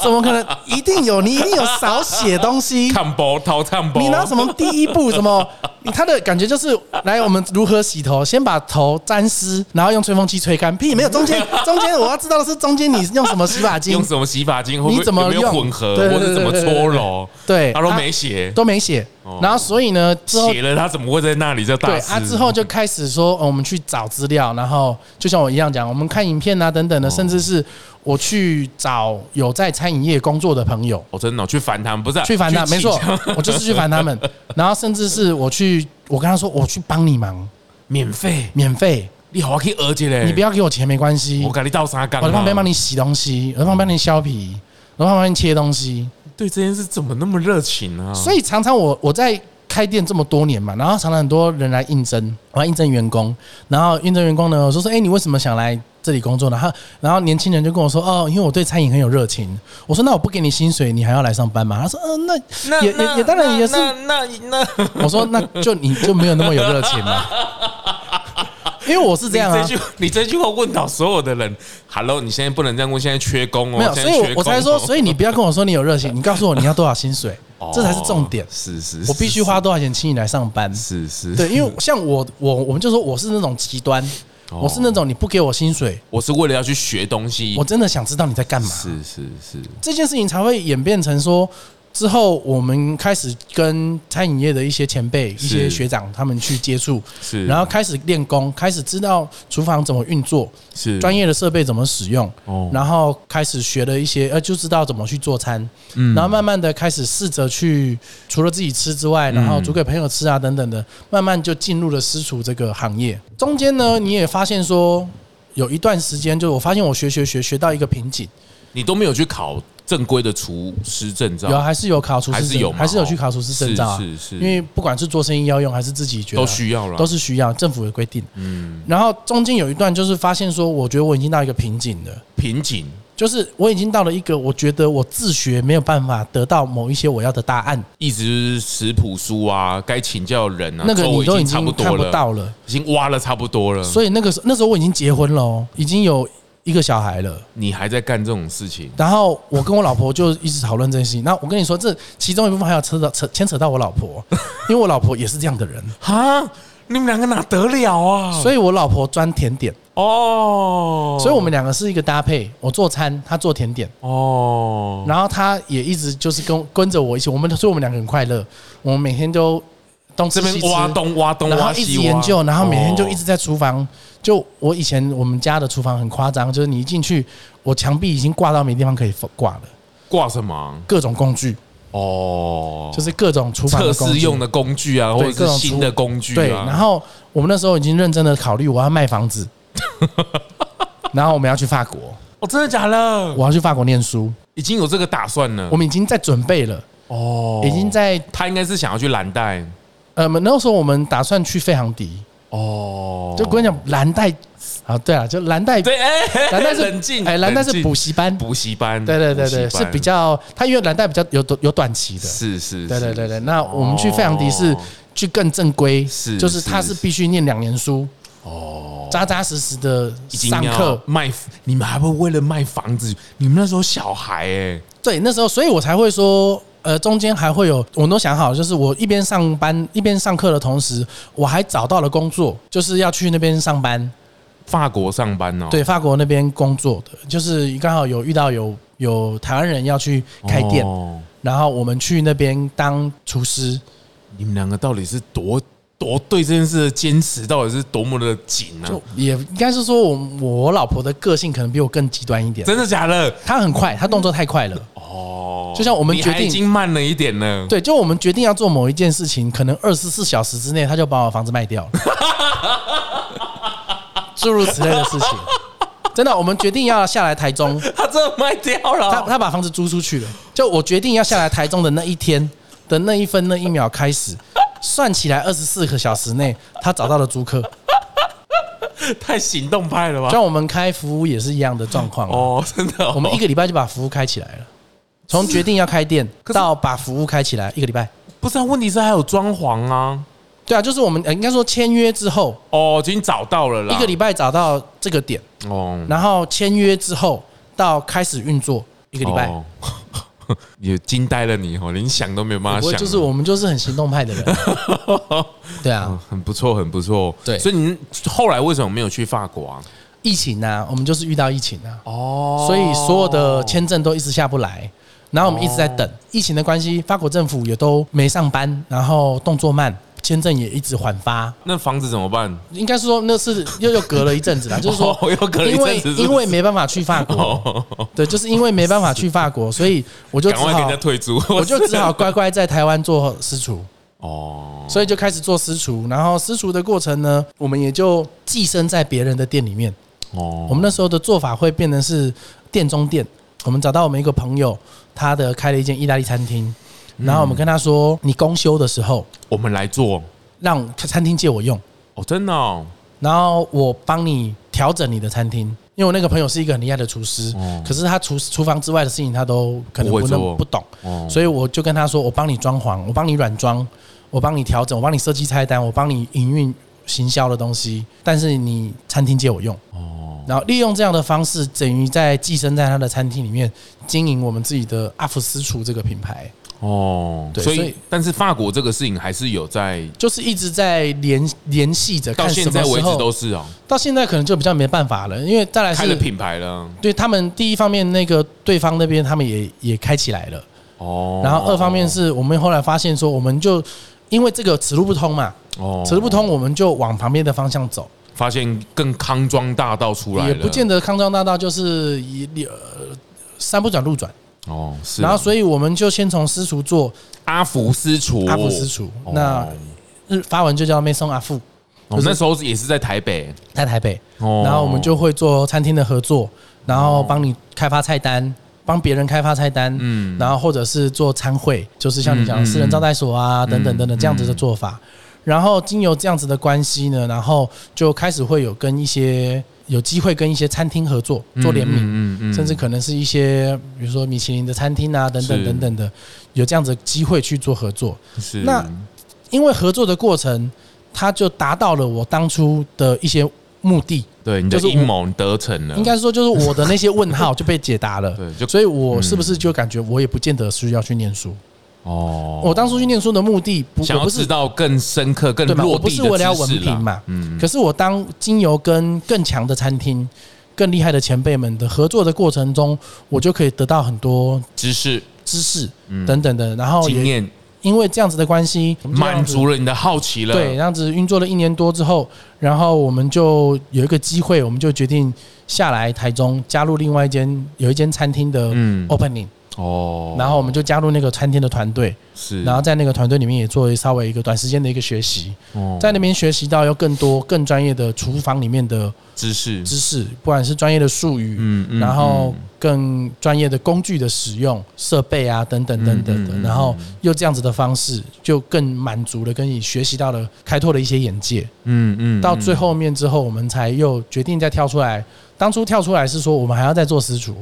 Speaker 2: 怎么可能？一定有你一定有少写东西，
Speaker 1: 看包淘看包，
Speaker 2: 你拿什么第一步什么？你他的感觉就是来我们如何洗头，先把头沾湿，然后用吹风机吹干。屁没有中 间，中间我要知道的是中间你用什么洗发精
Speaker 1: 用，什么洗发精，会不
Speaker 2: 你
Speaker 1: 会
Speaker 2: 怎么
Speaker 1: 有没有
Speaker 2: 用
Speaker 1: 混合，
Speaker 2: 对对
Speaker 1: 或者
Speaker 2: 对
Speaker 1: 怎么
Speaker 2: 对对
Speaker 1: 搓揉？
Speaker 2: 对
Speaker 1: 他都
Speaker 2: 啊
Speaker 1: 没写，哦
Speaker 2: 都没写。然后所以呢，之后
Speaker 1: 写了他怎么会在那里叫
Speaker 2: 对
Speaker 1: 大师？
Speaker 2: 啊，之后就开始说、哦我们去找资料，然后就像我一样讲，我们看影片啊等等的，
Speaker 1: 哦
Speaker 2: 甚至是我去找有在餐饮业工作的朋友
Speaker 1: 哦，真的哦去烦他们，不是啊
Speaker 2: 去烦他，
Speaker 1: 请
Speaker 2: 没错， 我就是去烦 他们。然后甚至是我去，我跟他说我去帮你忙，
Speaker 1: 免费，
Speaker 2: 免费，
Speaker 1: 你好，我可以讹起嘞，
Speaker 2: 你不要给我钱没关系
Speaker 1: 哎我，跟啊你倒沙缸，
Speaker 2: 我在旁边帮。你洗东西，我在旁边帮你削皮，我在旁边帮你切东西。
Speaker 1: 对这件事怎么那么热情啊？
Speaker 2: 所以常常我我在开店这么多年嘛，然后常常很多人来应征，我要应征员工，然后应征员工呢，我就说，哎、你为什么想来这里工作呢？然后然后年轻人就跟我说，哦，因为我对餐饮很有热情。我说，那我不给你薪水，你还要来上班吗？他说，嗯、那也也也当然也是。
Speaker 1: 那那那
Speaker 2: 我说，那就你就没有那么有热情嘛，因为我 是这样啊
Speaker 1: 你。这句你这句话问到所有的人，Hello，你现在不能这样问，现在缺工哦，
Speaker 2: 没有，
Speaker 1: 现
Speaker 2: 所
Speaker 1: 在
Speaker 2: 以
Speaker 1: 缺
Speaker 2: 我
Speaker 1: 工
Speaker 2: 我才说，所以你不要跟我说你有热情，你告诉我你要多少薪水
Speaker 1: 哦，
Speaker 2: 这才是重点。
Speaker 1: 是是，
Speaker 2: 我必须花多少钱请你来上班？
Speaker 1: 是，是是，
Speaker 2: 对，因为像我，我我们就说我是那种极端，
Speaker 1: 哦
Speaker 2: 我是那种你不给我薪水，
Speaker 1: 我是为了要去学东西
Speaker 2: 我，真的想知道你在干嘛。
Speaker 1: 是是是，
Speaker 2: 这件事情才会演变成说，之后我们开始跟餐饮业的一些前辈、一些
Speaker 1: 是
Speaker 2: 学长他们去接触，
Speaker 1: 是
Speaker 2: 然后开始练功，开始知道厨房怎么运作，
Speaker 1: 是
Speaker 2: 专业的设备怎么使用
Speaker 1: 哦，
Speaker 2: 然后开始学了一些，呃，就知道怎么去做餐，
Speaker 1: 嗯
Speaker 2: 然后慢慢的开始试着去，除了自己吃之
Speaker 1: 嗯
Speaker 2: 外，然后煮给朋友吃啊等等的，慢慢就进入了私厨这个行业。中间呢，你也发现说。有一段时间，就我发现我学学学学到一个瓶颈，
Speaker 1: 你都没有去考正规的厨师证照，
Speaker 2: 有啊还是有考厨师
Speaker 1: 还是有嘛
Speaker 2: 证，
Speaker 1: 哦
Speaker 2: 还是有去考厨师证照啊？
Speaker 1: 是是是
Speaker 2: 因为不管是做生意要用，还是自己觉得啊
Speaker 1: 都需要啦
Speaker 2: 都是需要政府的规定。嗯，然后中间有一段就是发现说，我觉得我已经到一个瓶颈了，
Speaker 1: 瓶颈
Speaker 2: 就是我已经到了一个我觉得我自学没有办法得到某一些我要的答案，
Speaker 1: 一直食谱书啊，该请教人啊，
Speaker 2: 那个
Speaker 1: 周围
Speaker 2: 你都
Speaker 1: 已
Speaker 2: 已
Speaker 1: 经差
Speaker 2: 经
Speaker 1: 不
Speaker 2: 看
Speaker 1: 多
Speaker 2: 不
Speaker 1: 了，嗯
Speaker 2: 到了。
Speaker 1: 已经挖了差不多了，
Speaker 2: 所以那个时候那时候我已经结婚了哦，已经有一个小孩了。
Speaker 1: 你还在干这种事情，
Speaker 2: 然后我跟我老婆就一直讨论这件事情。那我跟你说，这其中一部分还要扯到扯牵扯到我 老婆，因为我老婆也是这样的人，
Speaker 1: 哈，你们两个哪得了啊？
Speaker 2: 所以我老婆专甜点。
Speaker 1: 哦，
Speaker 2: 所以我们两个是一个搭配，我做餐，他做甜点，
Speaker 1: 哦，
Speaker 2: 然后他也一直就是跟跟着我一起，我们所以我们两个很快乐，我们每天都东吃
Speaker 1: 这
Speaker 2: 西吃
Speaker 1: 边挖东挖东
Speaker 2: 然
Speaker 1: 挖
Speaker 2: 后一
Speaker 1: 西
Speaker 2: 直
Speaker 1: 挖，
Speaker 2: 研究，然后每天就
Speaker 1: 哦
Speaker 2: 一直在厨房。就我以前我们家的厨房很夸张，就是你一进去，我墙壁已经挂到没地方可以挂了，
Speaker 1: 挂什么啊？
Speaker 2: 各种工具，
Speaker 1: 哦，
Speaker 2: 就是各种厨房
Speaker 1: 测
Speaker 2: 的工
Speaker 1: 试
Speaker 2: 具
Speaker 1: 用的工具啊，或
Speaker 2: 对
Speaker 1: 者
Speaker 2: 各
Speaker 1: 是
Speaker 2: 种
Speaker 1: 新
Speaker 2: 厨
Speaker 1: 的工具啊，
Speaker 2: 对，然后我们那时候已经认真的考虑我要卖房子，然后我们要去法国，
Speaker 1: 哦，真的假的？
Speaker 2: 我要去法国念书，
Speaker 1: 已经有这个打算了
Speaker 2: 我，们已经在准备了，
Speaker 1: 哦，
Speaker 2: 已经在
Speaker 1: 他应该是想要去蓝带，
Speaker 2: 呃，那时候我们打算去费航迪，
Speaker 1: 哦，
Speaker 2: 就跟你讲蓝带啊，对啊，就蓝带，
Speaker 1: 对，哎，
Speaker 2: 蓝带是
Speaker 1: 冷静，
Speaker 2: 哎，蓝带是补
Speaker 1: 冷静
Speaker 2: 习班，
Speaker 1: 补习班，
Speaker 2: 对对对
Speaker 1: 补习
Speaker 2: 对，
Speaker 1: 嗯班
Speaker 2: 是比较，它因为蓝带比较有短有短期的，
Speaker 1: 是是，
Speaker 2: 对对
Speaker 1: 是
Speaker 2: 对对。
Speaker 1: 是
Speaker 2: 那我们去费扬迪是
Speaker 1: 哦
Speaker 2: 去更正规，
Speaker 1: 是
Speaker 2: 就是
Speaker 1: 是
Speaker 2: 它是必须念两年书，哦，扎扎实实的
Speaker 1: 已经
Speaker 2: 上
Speaker 1: 要
Speaker 2: 课，
Speaker 1: 卖，你们还会为了卖房子？你们那时候小孩哎，
Speaker 2: 对，那时候，所以我才会说，呃，中间还会有，我都想好，就是我一边上班一边上课的同时，我还找到了工作，就是要去那边上班。
Speaker 1: 哦法国上班哦，
Speaker 2: 对，法国那边工作的，就是刚好有遇到有有台湾人要去
Speaker 1: 哦，
Speaker 2: 开店，然后我们去那边当厨师，
Speaker 1: 你们两个到底是多多对这件事的坚持，到底是多么的紧啊
Speaker 2: 就！也应该是说我我老婆的个性可能比我更极端一点，
Speaker 1: 真的假的？
Speaker 2: 她很快，她动作太快了。
Speaker 1: 哦，
Speaker 2: 就像我们
Speaker 1: 你
Speaker 2: 决
Speaker 1: 还
Speaker 2: 定
Speaker 1: 已经慢了一点了。
Speaker 2: 对，就我们决定要做某一件事情，可能二十四小时之内，她就把我房子 卖掉了，诸如此类的事情。真的，我们决定要下来台中，
Speaker 1: 他真的卖掉
Speaker 2: 他
Speaker 1: 了。
Speaker 2: 他把房子租出去了。就我决定要下来台中的那一天的那一分那一秒开始，算起来二十四个小时内，他找到了租
Speaker 1: 哦
Speaker 2: 客。
Speaker 1: 太行动派了吧？
Speaker 2: 像我们开服务也是一样的状况、哦，
Speaker 1: 哦，真的哦、
Speaker 2: 我们一个礼拜就把服务开起来了。从决定要开店
Speaker 1: 哦可是
Speaker 2: 到把服务开起来，一个礼拜。
Speaker 1: 不是、啊，问题是还有装潢啊。
Speaker 2: 对啊，就是我们呃应该说签约之后，
Speaker 1: 哦，已经找到了啦。
Speaker 2: 一个礼拜找到这个点，
Speaker 1: 哦，
Speaker 2: 然后签约之后到开始运作一
Speaker 1: 一
Speaker 2: 个礼拜。
Speaker 1: 哦、 也惊呆了你哦，连想都没有办法
Speaker 2: 不过
Speaker 1: 想。
Speaker 2: 就是我们就是很行动派的人，对啊
Speaker 1: 哦，，很不错，很不错。
Speaker 2: 对
Speaker 1: 所以你后来为什么没有去法国啊？
Speaker 2: 疫情啊，我们就是遇到疫情啊，
Speaker 1: 哦
Speaker 2: 所以所有的签证都一直下不来。然后我们一直在等，
Speaker 1: 哦
Speaker 2: 疫情的关系，法国政府也都没上班，然后动作慢，签证也一直缓发。
Speaker 1: 那房子怎么办？
Speaker 2: 应该是说那是又又隔了一阵子啦，就是说
Speaker 1: 哦又隔了一
Speaker 2: 因
Speaker 1: 阵
Speaker 2: 为
Speaker 1: 子是不是
Speaker 2: 因为没办法去法国，
Speaker 1: 哦，
Speaker 2: 对，就是因为没办法去法国，所以我就只
Speaker 1: 赶快给人
Speaker 2: 好
Speaker 1: 家退租。
Speaker 2: 我就只好乖乖在台湾做私厨，
Speaker 1: 哦，
Speaker 2: 所以就开始做私厨。然后私厨的过程呢，我们也就寄生在别人的店里面。
Speaker 1: 哦，
Speaker 2: 我们那时候的做法会变成是店中店。我们找到我们一个朋友，他的开了一间意大利餐厅，然
Speaker 1: 嗯
Speaker 2: 后我们跟他说，你公休的时候
Speaker 1: 我们来做
Speaker 2: 让餐厅借我用，
Speaker 1: 哦，真的哦，
Speaker 2: 然后我帮你调整你的餐厅。因为我那个朋友是一个很厉害的厨师，
Speaker 1: 哦
Speaker 2: 可是他厨厨房之外的事情他都可能
Speaker 1: 不会
Speaker 2: 不
Speaker 1: 做
Speaker 2: 能不懂，
Speaker 1: 哦
Speaker 2: 所以我就跟他说，我帮你装潢，我帮你软装，我帮你调整，我帮你设计菜单，我帮你营运行销的东西，但是你餐厅借我用，
Speaker 1: 哦，
Speaker 2: 然后利用这样的方式，等于在寄生在他的餐厅里面经营我们自己的阿福私厨这个品牌，
Speaker 1: 哦，
Speaker 2: 对
Speaker 1: 所
Speaker 2: 所
Speaker 1: 以
Speaker 2: 以
Speaker 1: 但是法国这个事情还是有在，
Speaker 2: 就是一直在联联系着，
Speaker 1: 到
Speaker 2: 看
Speaker 1: 现
Speaker 2: 什
Speaker 1: 在
Speaker 2: 么
Speaker 1: 为
Speaker 2: 时
Speaker 1: 止都
Speaker 2: 候，
Speaker 1: 是哦，
Speaker 2: 到现在可能就比较没办法了，因为再来
Speaker 1: 开了
Speaker 2: 是。
Speaker 1: 品牌了，
Speaker 2: 对他们，第一方面那个对方那边他们也也开起来了，
Speaker 1: 哦，
Speaker 2: 然后二方面是我们后来发现说，我们就因为这个此路不通嘛，
Speaker 1: 哦
Speaker 2: 此路不通，我们就往旁边的方向走，
Speaker 1: 发现更康庄大道出来了，
Speaker 2: 也不见得康庄大道就是一呃三不转路转，
Speaker 1: 哦，是，
Speaker 2: 然后所以我们就先从私厨做
Speaker 1: 阿福私厨，
Speaker 2: 阿福私厨
Speaker 1: 哦，
Speaker 2: 那日发文就叫 Maison 阿富
Speaker 1: 哦
Speaker 2: 就是
Speaker 1: 那时候也是在台北，
Speaker 2: 在台北，
Speaker 1: 哦
Speaker 2: 然后我们就会做餐厅的合作，然后帮你开发菜单，帮别人开发菜单，
Speaker 1: 嗯
Speaker 2: 嗯，然后或者是做餐会，就是像你
Speaker 1: 嗯嗯
Speaker 2: 讲
Speaker 1: 嗯
Speaker 2: 的私人招待所啊，等等等等这样子的做法。然后经由这样子的关系呢，然后就开始会有跟一些有机会跟一些餐厅合作做联名，
Speaker 1: 嗯嗯
Speaker 2: 甚至可能是一些比如说米其林的餐厅啊，等
Speaker 1: 是
Speaker 2: 等等等的，有这样子的机会去做合作。
Speaker 1: 是
Speaker 2: 那因为合作的过程，它就达到了我当初的一些目的。
Speaker 1: 对你的
Speaker 2: 就是我
Speaker 1: 阴谋你得逞了，，
Speaker 2: 应该说就是我的那些问号就被解答了
Speaker 1: 嗯 对就嗯
Speaker 2: 所以我是不是就感觉我也不见得需要去念书？
Speaker 1: 哦，
Speaker 2: 我当初去念书的目的不，
Speaker 1: 想
Speaker 2: 我
Speaker 1: 要
Speaker 2: 不
Speaker 1: 知
Speaker 2: 是
Speaker 1: 道更深刻、更
Speaker 2: 对嘛，
Speaker 1: 落
Speaker 2: 我不
Speaker 1: 地
Speaker 2: 是
Speaker 1: 的
Speaker 2: 为了要
Speaker 1: 知
Speaker 2: 文
Speaker 1: 识啦
Speaker 2: 凭嘛，
Speaker 1: 嗯，
Speaker 2: 可是我当精油跟更强的餐厅、更厉害的前辈们的合作的过程中，我就可以得到很多
Speaker 1: 知识、
Speaker 2: 知识
Speaker 1: 嗯
Speaker 2: 等等的，然后
Speaker 1: 经
Speaker 2: 哦也
Speaker 1: 验
Speaker 2: 因为这样子的关系，我们就这
Speaker 1: 满
Speaker 2: 样子
Speaker 1: 足了你的好奇了，
Speaker 2: 对，这样子运作了一年多之后，然后我们就有一个机会，我们就决定下来台中，加入另外一间有一间餐厅的
Speaker 1: 嗯
Speaker 2: opening，、
Speaker 1: 哦，
Speaker 2: 然后我们就加入那个餐厅的团队，
Speaker 1: 是，
Speaker 2: 然后在那个团队里面也做稍微一个短时间的一个学习，
Speaker 1: 哦
Speaker 2: 在那边学习到要更多更专业的厨房里面的
Speaker 1: 知识，
Speaker 2: 知识，不管是专业的术语。
Speaker 1: 嗯嗯
Speaker 2: 然后
Speaker 1: 嗯
Speaker 2: 更专业的工具的使用、设备啊等等等等的
Speaker 1: 嗯嗯嗯，
Speaker 2: 然后用这样子的方式，就更满足了，跟你学习到了，开拓了一些眼界。
Speaker 1: 嗯嗯，
Speaker 2: 到最后面之后，我们才又决定再跳出来。当初跳出来是说我们还要再做私厨，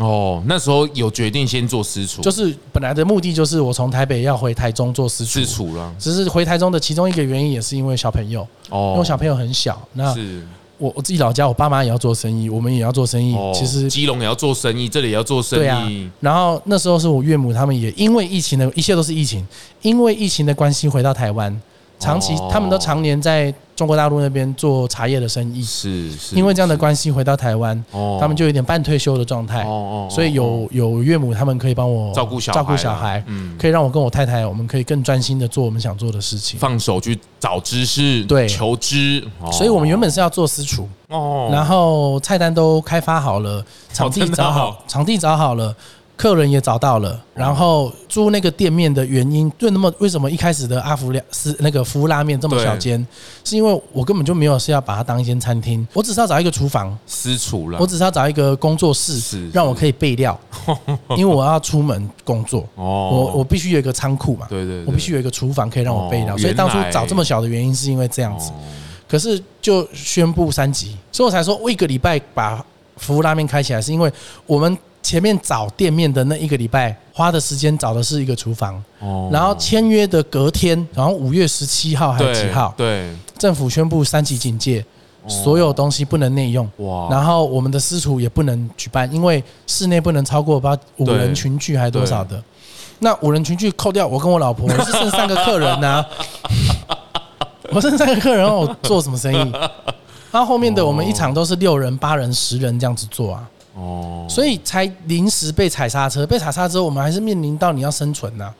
Speaker 1: 哦，那时候有决定先做私厨，
Speaker 2: 就是本来的目的就是我从台北要回台中做私厨
Speaker 1: 私。厨了，
Speaker 2: 只是回台中的其中一个原因也是因为小朋友，因
Speaker 1: 哦
Speaker 2: 为，我啊小朋友很小。那
Speaker 1: 是
Speaker 2: 我我自己老家，我爸妈也要做生意，我们也要做生意
Speaker 1: 哦，。
Speaker 2: 其实
Speaker 1: 基隆也要做生意，这里也要做生
Speaker 2: 对啊
Speaker 1: 意，。
Speaker 2: 然后那时候是我岳母他们也因为疫情的，一切都是疫情，因为疫情的关系回到台湾，长期
Speaker 1: 哦
Speaker 2: 他们都常年在中国大陆那边做茶叶的生意，
Speaker 1: 是是，
Speaker 2: 因为这样的
Speaker 1: 是，
Speaker 2: 关系回到台湾，
Speaker 1: 哦
Speaker 2: 他们就有点半退休的状态
Speaker 1: 哦。哦，
Speaker 2: 所以
Speaker 1: 哦
Speaker 2: 有有岳母他们可以帮我
Speaker 1: 照顾小孩
Speaker 2: 照顾
Speaker 1: 啦
Speaker 2: 小孩，
Speaker 1: 嗯
Speaker 2: 可以让我跟我太太，我们可以更专心的做我们想做的事情。
Speaker 1: 放手去找知识，
Speaker 2: 对
Speaker 1: 求知，哦
Speaker 2: 所以我们原本是要做私厨，
Speaker 1: 哦，
Speaker 2: 然后菜单都开发好了，场地
Speaker 1: 真的
Speaker 2: 找
Speaker 1: 哦
Speaker 2: 好，场地找好了。客人也找到了，然后租那个店面的原因，对，那么为什么一开始的阿福拉是那个服务拉面这么
Speaker 1: 对
Speaker 2: 小间，是因为我根本就没有是要把它当一间餐厅，我只是要找一个厨房，
Speaker 1: 私厨了，
Speaker 2: 我只是要找一个工作室，
Speaker 1: 啊是
Speaker 2: 让我可以 备料，因为我要出门工作，
Speaker 1: 哦，
Speaker 2: 我我必须有一个仓库嘛，
Speaker 1: 对对对
Speaker 2: 我必须有一个厨房可以让我备料，
Speaker 1: 哦
Speaker 2: 所以当初
Speaker 1: 原来
Speaker 2: 找这么小的原因是因为这样子，
Speaker 1: 哦
Speaker 2: 可是就宣布三级，所以我才说我一个礼拜把服务拉面开起来，是因为我们前面找店面的那一个礼拜花的时间找的是一个厨房，
Speaker 1: 哦
Speaker 2: 然后签约的隔天，然后五月十七号还有几号，
Speaker 1: 对，
Speaker 2: 政府宣布三级警戒，
Speaker 1: 哦
Speaker 2: 所有东西不能内用。
Speaker 1: 哇，
Speaker 2: 然后我们的私厨也不能举办，因为室内不能超过八五
Speaker 1: 对
Speaker 2: 人群聚还是多少的。那五人群聚扣掉我跟我老婆，我是剩三个客人呐、 我剩三个客人，哦我做什么生意？然后后面的我们一场都是六人、八人、十人这样子做啊，
Speaker 1: 哦，
Speaker 2: 所以才临时被踩刹车。被踩刹车，我们还是面临到你要生存呐、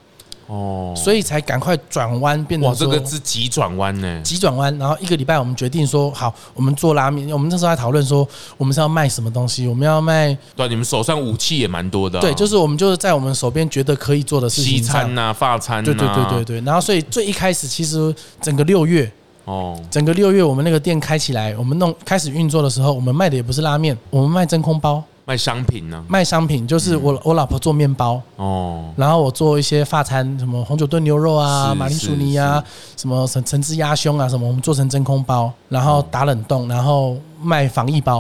Speaker 1: 哦，
Speaker 2: 所以才赶快转弯，变
Speaker 1: 哇，
Speaker 2: 成
Speaker 1: 这
Speaker 2: 说
Speaker 1: 个是急转弯呢，
Speaker 2: 急转弯，然后一个礼拜我们决定说好，我们做拉面。我们那时候还讨论说，我们是要卖什么东西？我们要卖
Speaker 1: 对，啊你们手上武器也蛮多的啊，
Speaker 2: 对，就是我们就是在我们手边觉得可以做的事情
Speaker 1: 西
Speaker 2: 上
Speaker 1: 餐啊呐、法餐呐，
Speaker 2: 对对对对对。然后所以最一开始，其实整个六月，
Speaker 1: 哦，
Speaker 2: 整个六月我们那个店开起来，我们弄开始运作的时候，我们卖的也不是拉面，我们卖真空包。
Speaker 1: 卖商品呢、
Speaker 2: 卖商品，就是我我老婆做面包，
Speaker 1: 哦，
Speaker 2: 然后我做一些法餐，什么红酒炖牛肉啊、
Speaker 1: 是
Speaker 2: 马铃薯泥啊、什么橙橙汁鸭胸啊，什么我们做成真空包，然后打冷冻，然后卖防疫包，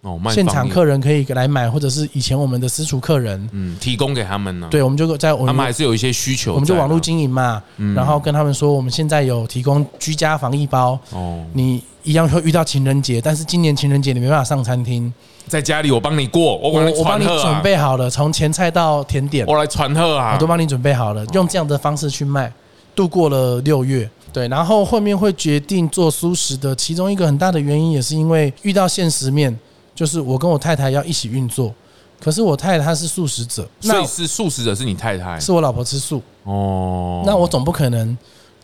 Speaker 1: 哦，嗯卖
Speaker 2: 现
Speaker 1: 方
Speaker 2: 场
Speaker 1: 便
Speaker 2: 客人可以来买，或者是以前我们的私厨客人，
Speaker 1: 嗯，提供给他们呢、，
Speaker 2: 对，我们就在我
Speaker 1: 他们
Speaker 2: 们
Speaker 1: 还是有一些需求在啊，嗯
Speaker 2: 我们就网络经营嘛，然后跟他们说我们现在有提供居家防疫包，
Speaker 1: 哦，
Speaker 2: 你一样会遇到情人节，但是今年情人节你没办法上餐厅，
Speaker 1: 在家里我帮你过，我
Speaker 2: 我
Speaker 1: 来
Speaker 2: 我
Speaker 1: 传
Speaker 2: 帮你
Speaker 1: 贺
Speaker 2: 准
Speaker 1: 啊，
Speaker 2: 备好了，从前菜到甜点，
Speaker 1: 我来传贺啊，
Speaker 2: 我都帮你准备好了，用这样的方式去卖，度过了六月。对，然后后面会决定做素食的，其中一个很大的原因也是因为遇到现实面，就是我跟我太太要一起运作，可是我太太她是素食者，
Speaker 1: 所
Speaker 2: 那
Speaker 1: 以是素食者是你太太
Speaker 2: 是我老婆吃素，
Speaker 1: 哦，
Speaker 2: 那我总不可能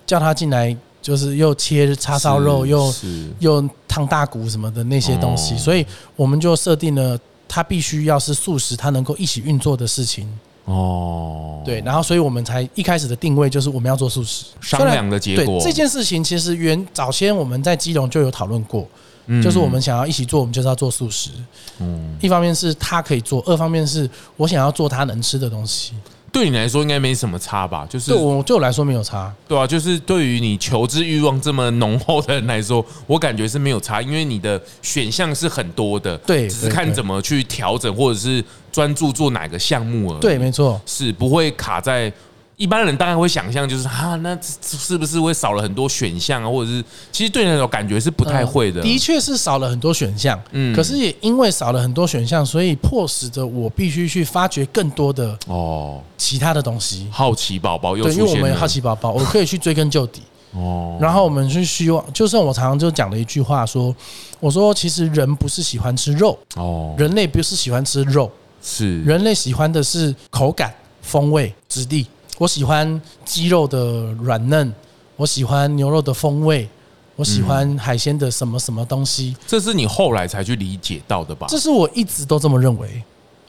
Speaker 2: 叫她进来，就是又切叉烧肉
Speaker 1: 是
Speaker 2: 又
Speaker 1: 是
Speaker 2: 又烫大骨什么的那些东西，
Speaker 1: 哦
Speaker 2: 所以我们就设定了她必须要是素食，她能够一起运作的事情。
Speaker 1: 哦，
Speaker 2: 对，然后所以我们才一开始的定位就是我们要做素食。
Speaker 1: 商量的结
Speaker 2: 对
Speaker 1: 果，
Speaker 2: 这件事情，其实原早先我们在基隆就有讨论过，
Speaker 1: 嗯
Speaker 2: 就是我们想要一起做，我们就是要做素食。
Speaker 1: 嗯
Speaker 2: 一方面是他可以做，二方面是我想要做他能吃的东西。
Speaker 1: 对你来说应该没什么差吧？就是
Speaker 2: 对我对我来说没有差，
Speaker 1: 对啊，就是对于你求知欲望这么浓厚的人来说， 我感觉是没有差，因为你的选项是很多的，
Speaker 2: 对
Speaker 1: 只是
Speaker 2: 对
Speaker 1: 看
Speaker 2: 对
Speaker 1: 怎么去调整，或者是专注做哪个项目而已。
Speaker 2: 对，没错，
Speaker 1: 是不会卡在。一般人大概会想象就是啊，那是不是会少了很多选项啊，或者是其实对你来说感觉是不太会的。
Speaker 2: 嗯呃的确是少了很多选项。
Speaker 1: 嗯
Speaker 2: 可是也因为少了很多选项，所以迫使着我必须去发掘更多的
Speaker 1: 哦，
Speaker 2: 其他的东西。
Speaker 1: 好奇宝宝又
Speaker 2: 对，
Speaker 1: 出
Speaker 2: 因
Speaker 1: 现
Speaker 2: 为
Speaker 1: 了，
Speaker 2: 我们有好奇宝宝，我可以去追根究底。
Speaker 1: 哦，
Speaker 2: 然后我们是希望，就像我常常就讲的一句话说，我说其实人不是喜欢吃肉，
Speaker 1: 哦，
Speaker 2: 人类不是喜欢吃肉，
Speaker 1: 是
Speaker 2: 人类喜欢的是口感、风味、质地。我喜欢鸡肉的软嫩，我喜欢牛肉的风味，我喜欢海鲜的什么什么东西。
Speaker 1: 这是你后来才去理解到的吧？
Speaker 2: 这是我一直都这么认为。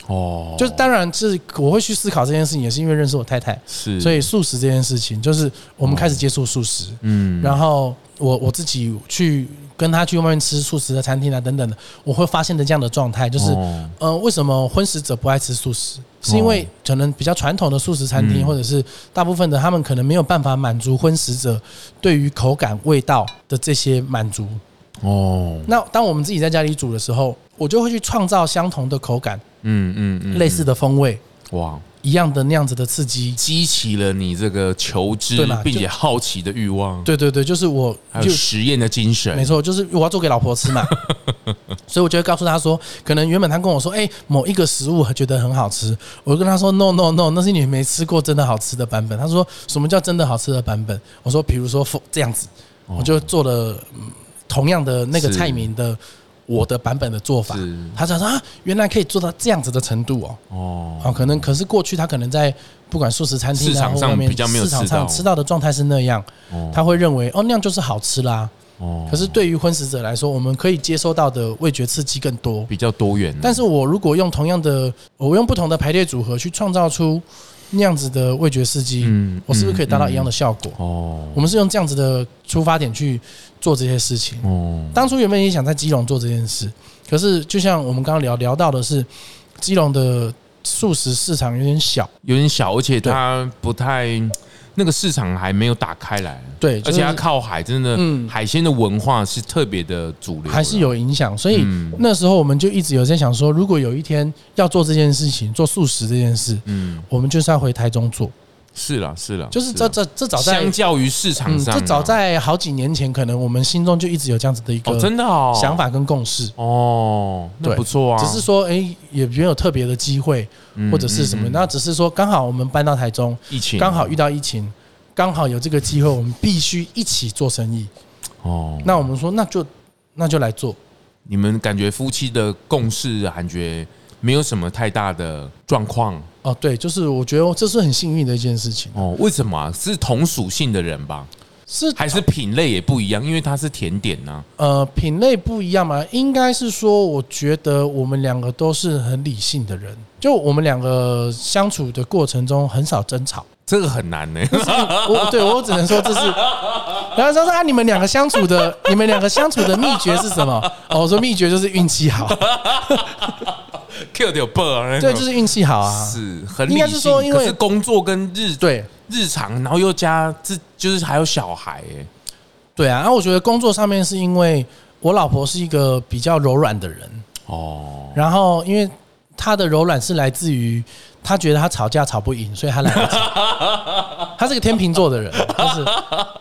Speaker 1: 哦，
Speaker 2: 就是当然是我会去思考这件事情，也是因为认识我太太，
Speaker 1: 是，
Speaker 2: 所以素食这件事情，就是我们开始接触素食。
Speaker 1: 嗯，
Speaker 2: 然后我我自己去跟他去外面吃素食的餐厅啊等等的，我会发现的这样的状态就是，
Speaker 1: 哦
Speaker 2: 呃，为什么荤食者不爱吃素食？是因为可能比较传统的素食餐厅，
Speaker 1: 嗯
Speaker 2: 或者是大部分的他们可能没有办法满足荤食者对于口感、味道的这些满足。
Speaker 1: 哦，
Speaker 2: 那当我们自己在家里煮的时候，我就会去创造相同的口感、
Speaker 1: 嗯嗯嗯，
Speaker 2: 类似的风味、
Speaker 1: 哇，
Speaker 2: 一样的那样子的刺激。
Speaker 1: 激起了你这个求知
Speaker 2: 对嘛就
Speaker 1: 并且好奇的欲望，
Speaker 2: 对对对，就是我
Speaker 1: 还有
Speaker 2: 就
Speaker 1: 实验的精神，
Speaker 2: 没错，就是我要做给老婆 吃嘛，所以我就会告诉她说，可能原本她跟我说，哎、某一个食物觉得很好吃，我就跟她说，no no no，那是你没吃过真的好吃的版本。她说什么叫真的好吃的版本？我说比如说这样子，我就做了、嗯同样的那个
Speaker 1: 哦是
Speaker 2: 菜名的我的版本的做法
Speaker 1: 是。
Speaker 2: 她想说啊，原来可以做到这样子的程度哦。
Speaker 1: 哦，
Speaker 2: 哦，可能可是过去他可能在不管素食餐厅
Speaker 1: 市
Speaker 2: 啊
Speaker 1: 场
Speaker 2: 或
Speaker 1: 上
Speaker 2: 外面
Speaker 1: 比较没有
Speaker 2: 市场
Speaker 1: 吃到
Speaker 2: 上吃到的状态是那样，他会认为哦那样就是好吃啦。
Speaker 1: 哦
Speaker 2: 可是对于荤食者来说，我们可以接收到的味觉刺激更多。
Speaker 1: 比较多元啊，
Speaker 2: 但是我如果用同样的，我用不同的排列组合去创造出那样子的味觉刺激，
Speaker 1: 嗯
Speaker 2: 我是不是可以达到一样的效果？
Speaker 1: 哦
Speaker 2: 我们是用这样子的出发点去做这些事情。
Speaker 1: 哦，
Speaker 2: 当初原本也想在基隆做这件事，可是就像我们刚刚聊聊到的是，基隆的素食市场有点小，
Speaker 1: 有点小，而且它不太那个市场还没有打开来，
Speaker 2: 对，
Speaker 1: 而
Speaker 2: 就是
Speaker 1: 且它靠海，真的
Speaker 2: 嗯
Speaker 1: 海鲜的文化是特别的主流，
Speaker 2: 还是。有影响，所以
Speaker 1: 嗯
Speaker 2: 那时候我们就一直有在想说，如果有一天要做这件事情，做素食这件事，
Speaker 1: 嗯，
Speaker 2: 我们就是要回台中做，
Speaker 1: 是啦，是啊啦，
Speaker 2: 就是
Speaker 1: 啦
Speaker 2: 这这这早在
Speaker 1: 相较于市场
Speaker 2: 嗯，
Speaker 1: 上啊，
Speaker 2: 这早在好几年前，可能我们心中就一直有这样子的一
Speaker 1: 哦，
Speaker 2: 个
Speaker 1: 真的哦，
Speaker 2: 想法跟共识，
Speaker 1: 哦，那
Speaker 2: 对
Speaker 1: 不错啊，
Speaker 2: 只是说，哎，也没有特别的机会
Speaker 1: 嗯
Speaker 2: 或者是什么，
Speaker 1: 嗯嗯
Speaker 2: 那只是说刚好我们搬到台中，
Speaker 1: 疫情
Speaker 2: 刚好遇到疫情。刚好有这个机会，我们必须一起做生意。
Speaker 1: 哦，
Speaker 2: 那我们说，那就那就来做。
Speaker 1: 你们感觉夫妻的共识感觉没有什么太大的状况
Speaker 2: 哦，对，就是我觉得这是很幸运的一件事情，
Speaker 1: 哦？为什么啊、是同属性的人吧？
Speaker 2: 是
Speaker 1: 还是品类也不一样？因为它是甜点啊呐、
Speaker 2: 呃，品类不一样嘛，应该是说，我觉得我们两个都是很理性的人，就我们两个相处的过程中很少争吵。
Speaker 1: 这个很难呢、
Speaker 2: 我对我只能说这是，然后他说啊，你们两个相处的，你们两个相处的秘诀是什么？哦，我说秘诀就是运气好。
Speaker 1: ，Q 掉 bird，
Speaker 2: 对，就是运气好啊。
Speaker 1: 是很
Speaker 2: 应
Speaker 1: 理
Speaker 2: 该是
Speaker 1: 性，
Speaker 2: 说因
Speaker 1: 可
Speaker 2: 为
Speaker 1: 是工作跟日
Speaker 2: 对
Speaker 1: 日常，然后又加自就是还有小孩，哎，
Speaker 2: 对啊，然后我觉得工作上面是因为我老婆是一个比较柔软的人，
Speaker 1: 哦，
Speaker 2: 然后因为她的柔软是来自于她觉得她吵架吵不赢，所以她懒得吵。 她是个天秤座的人，就是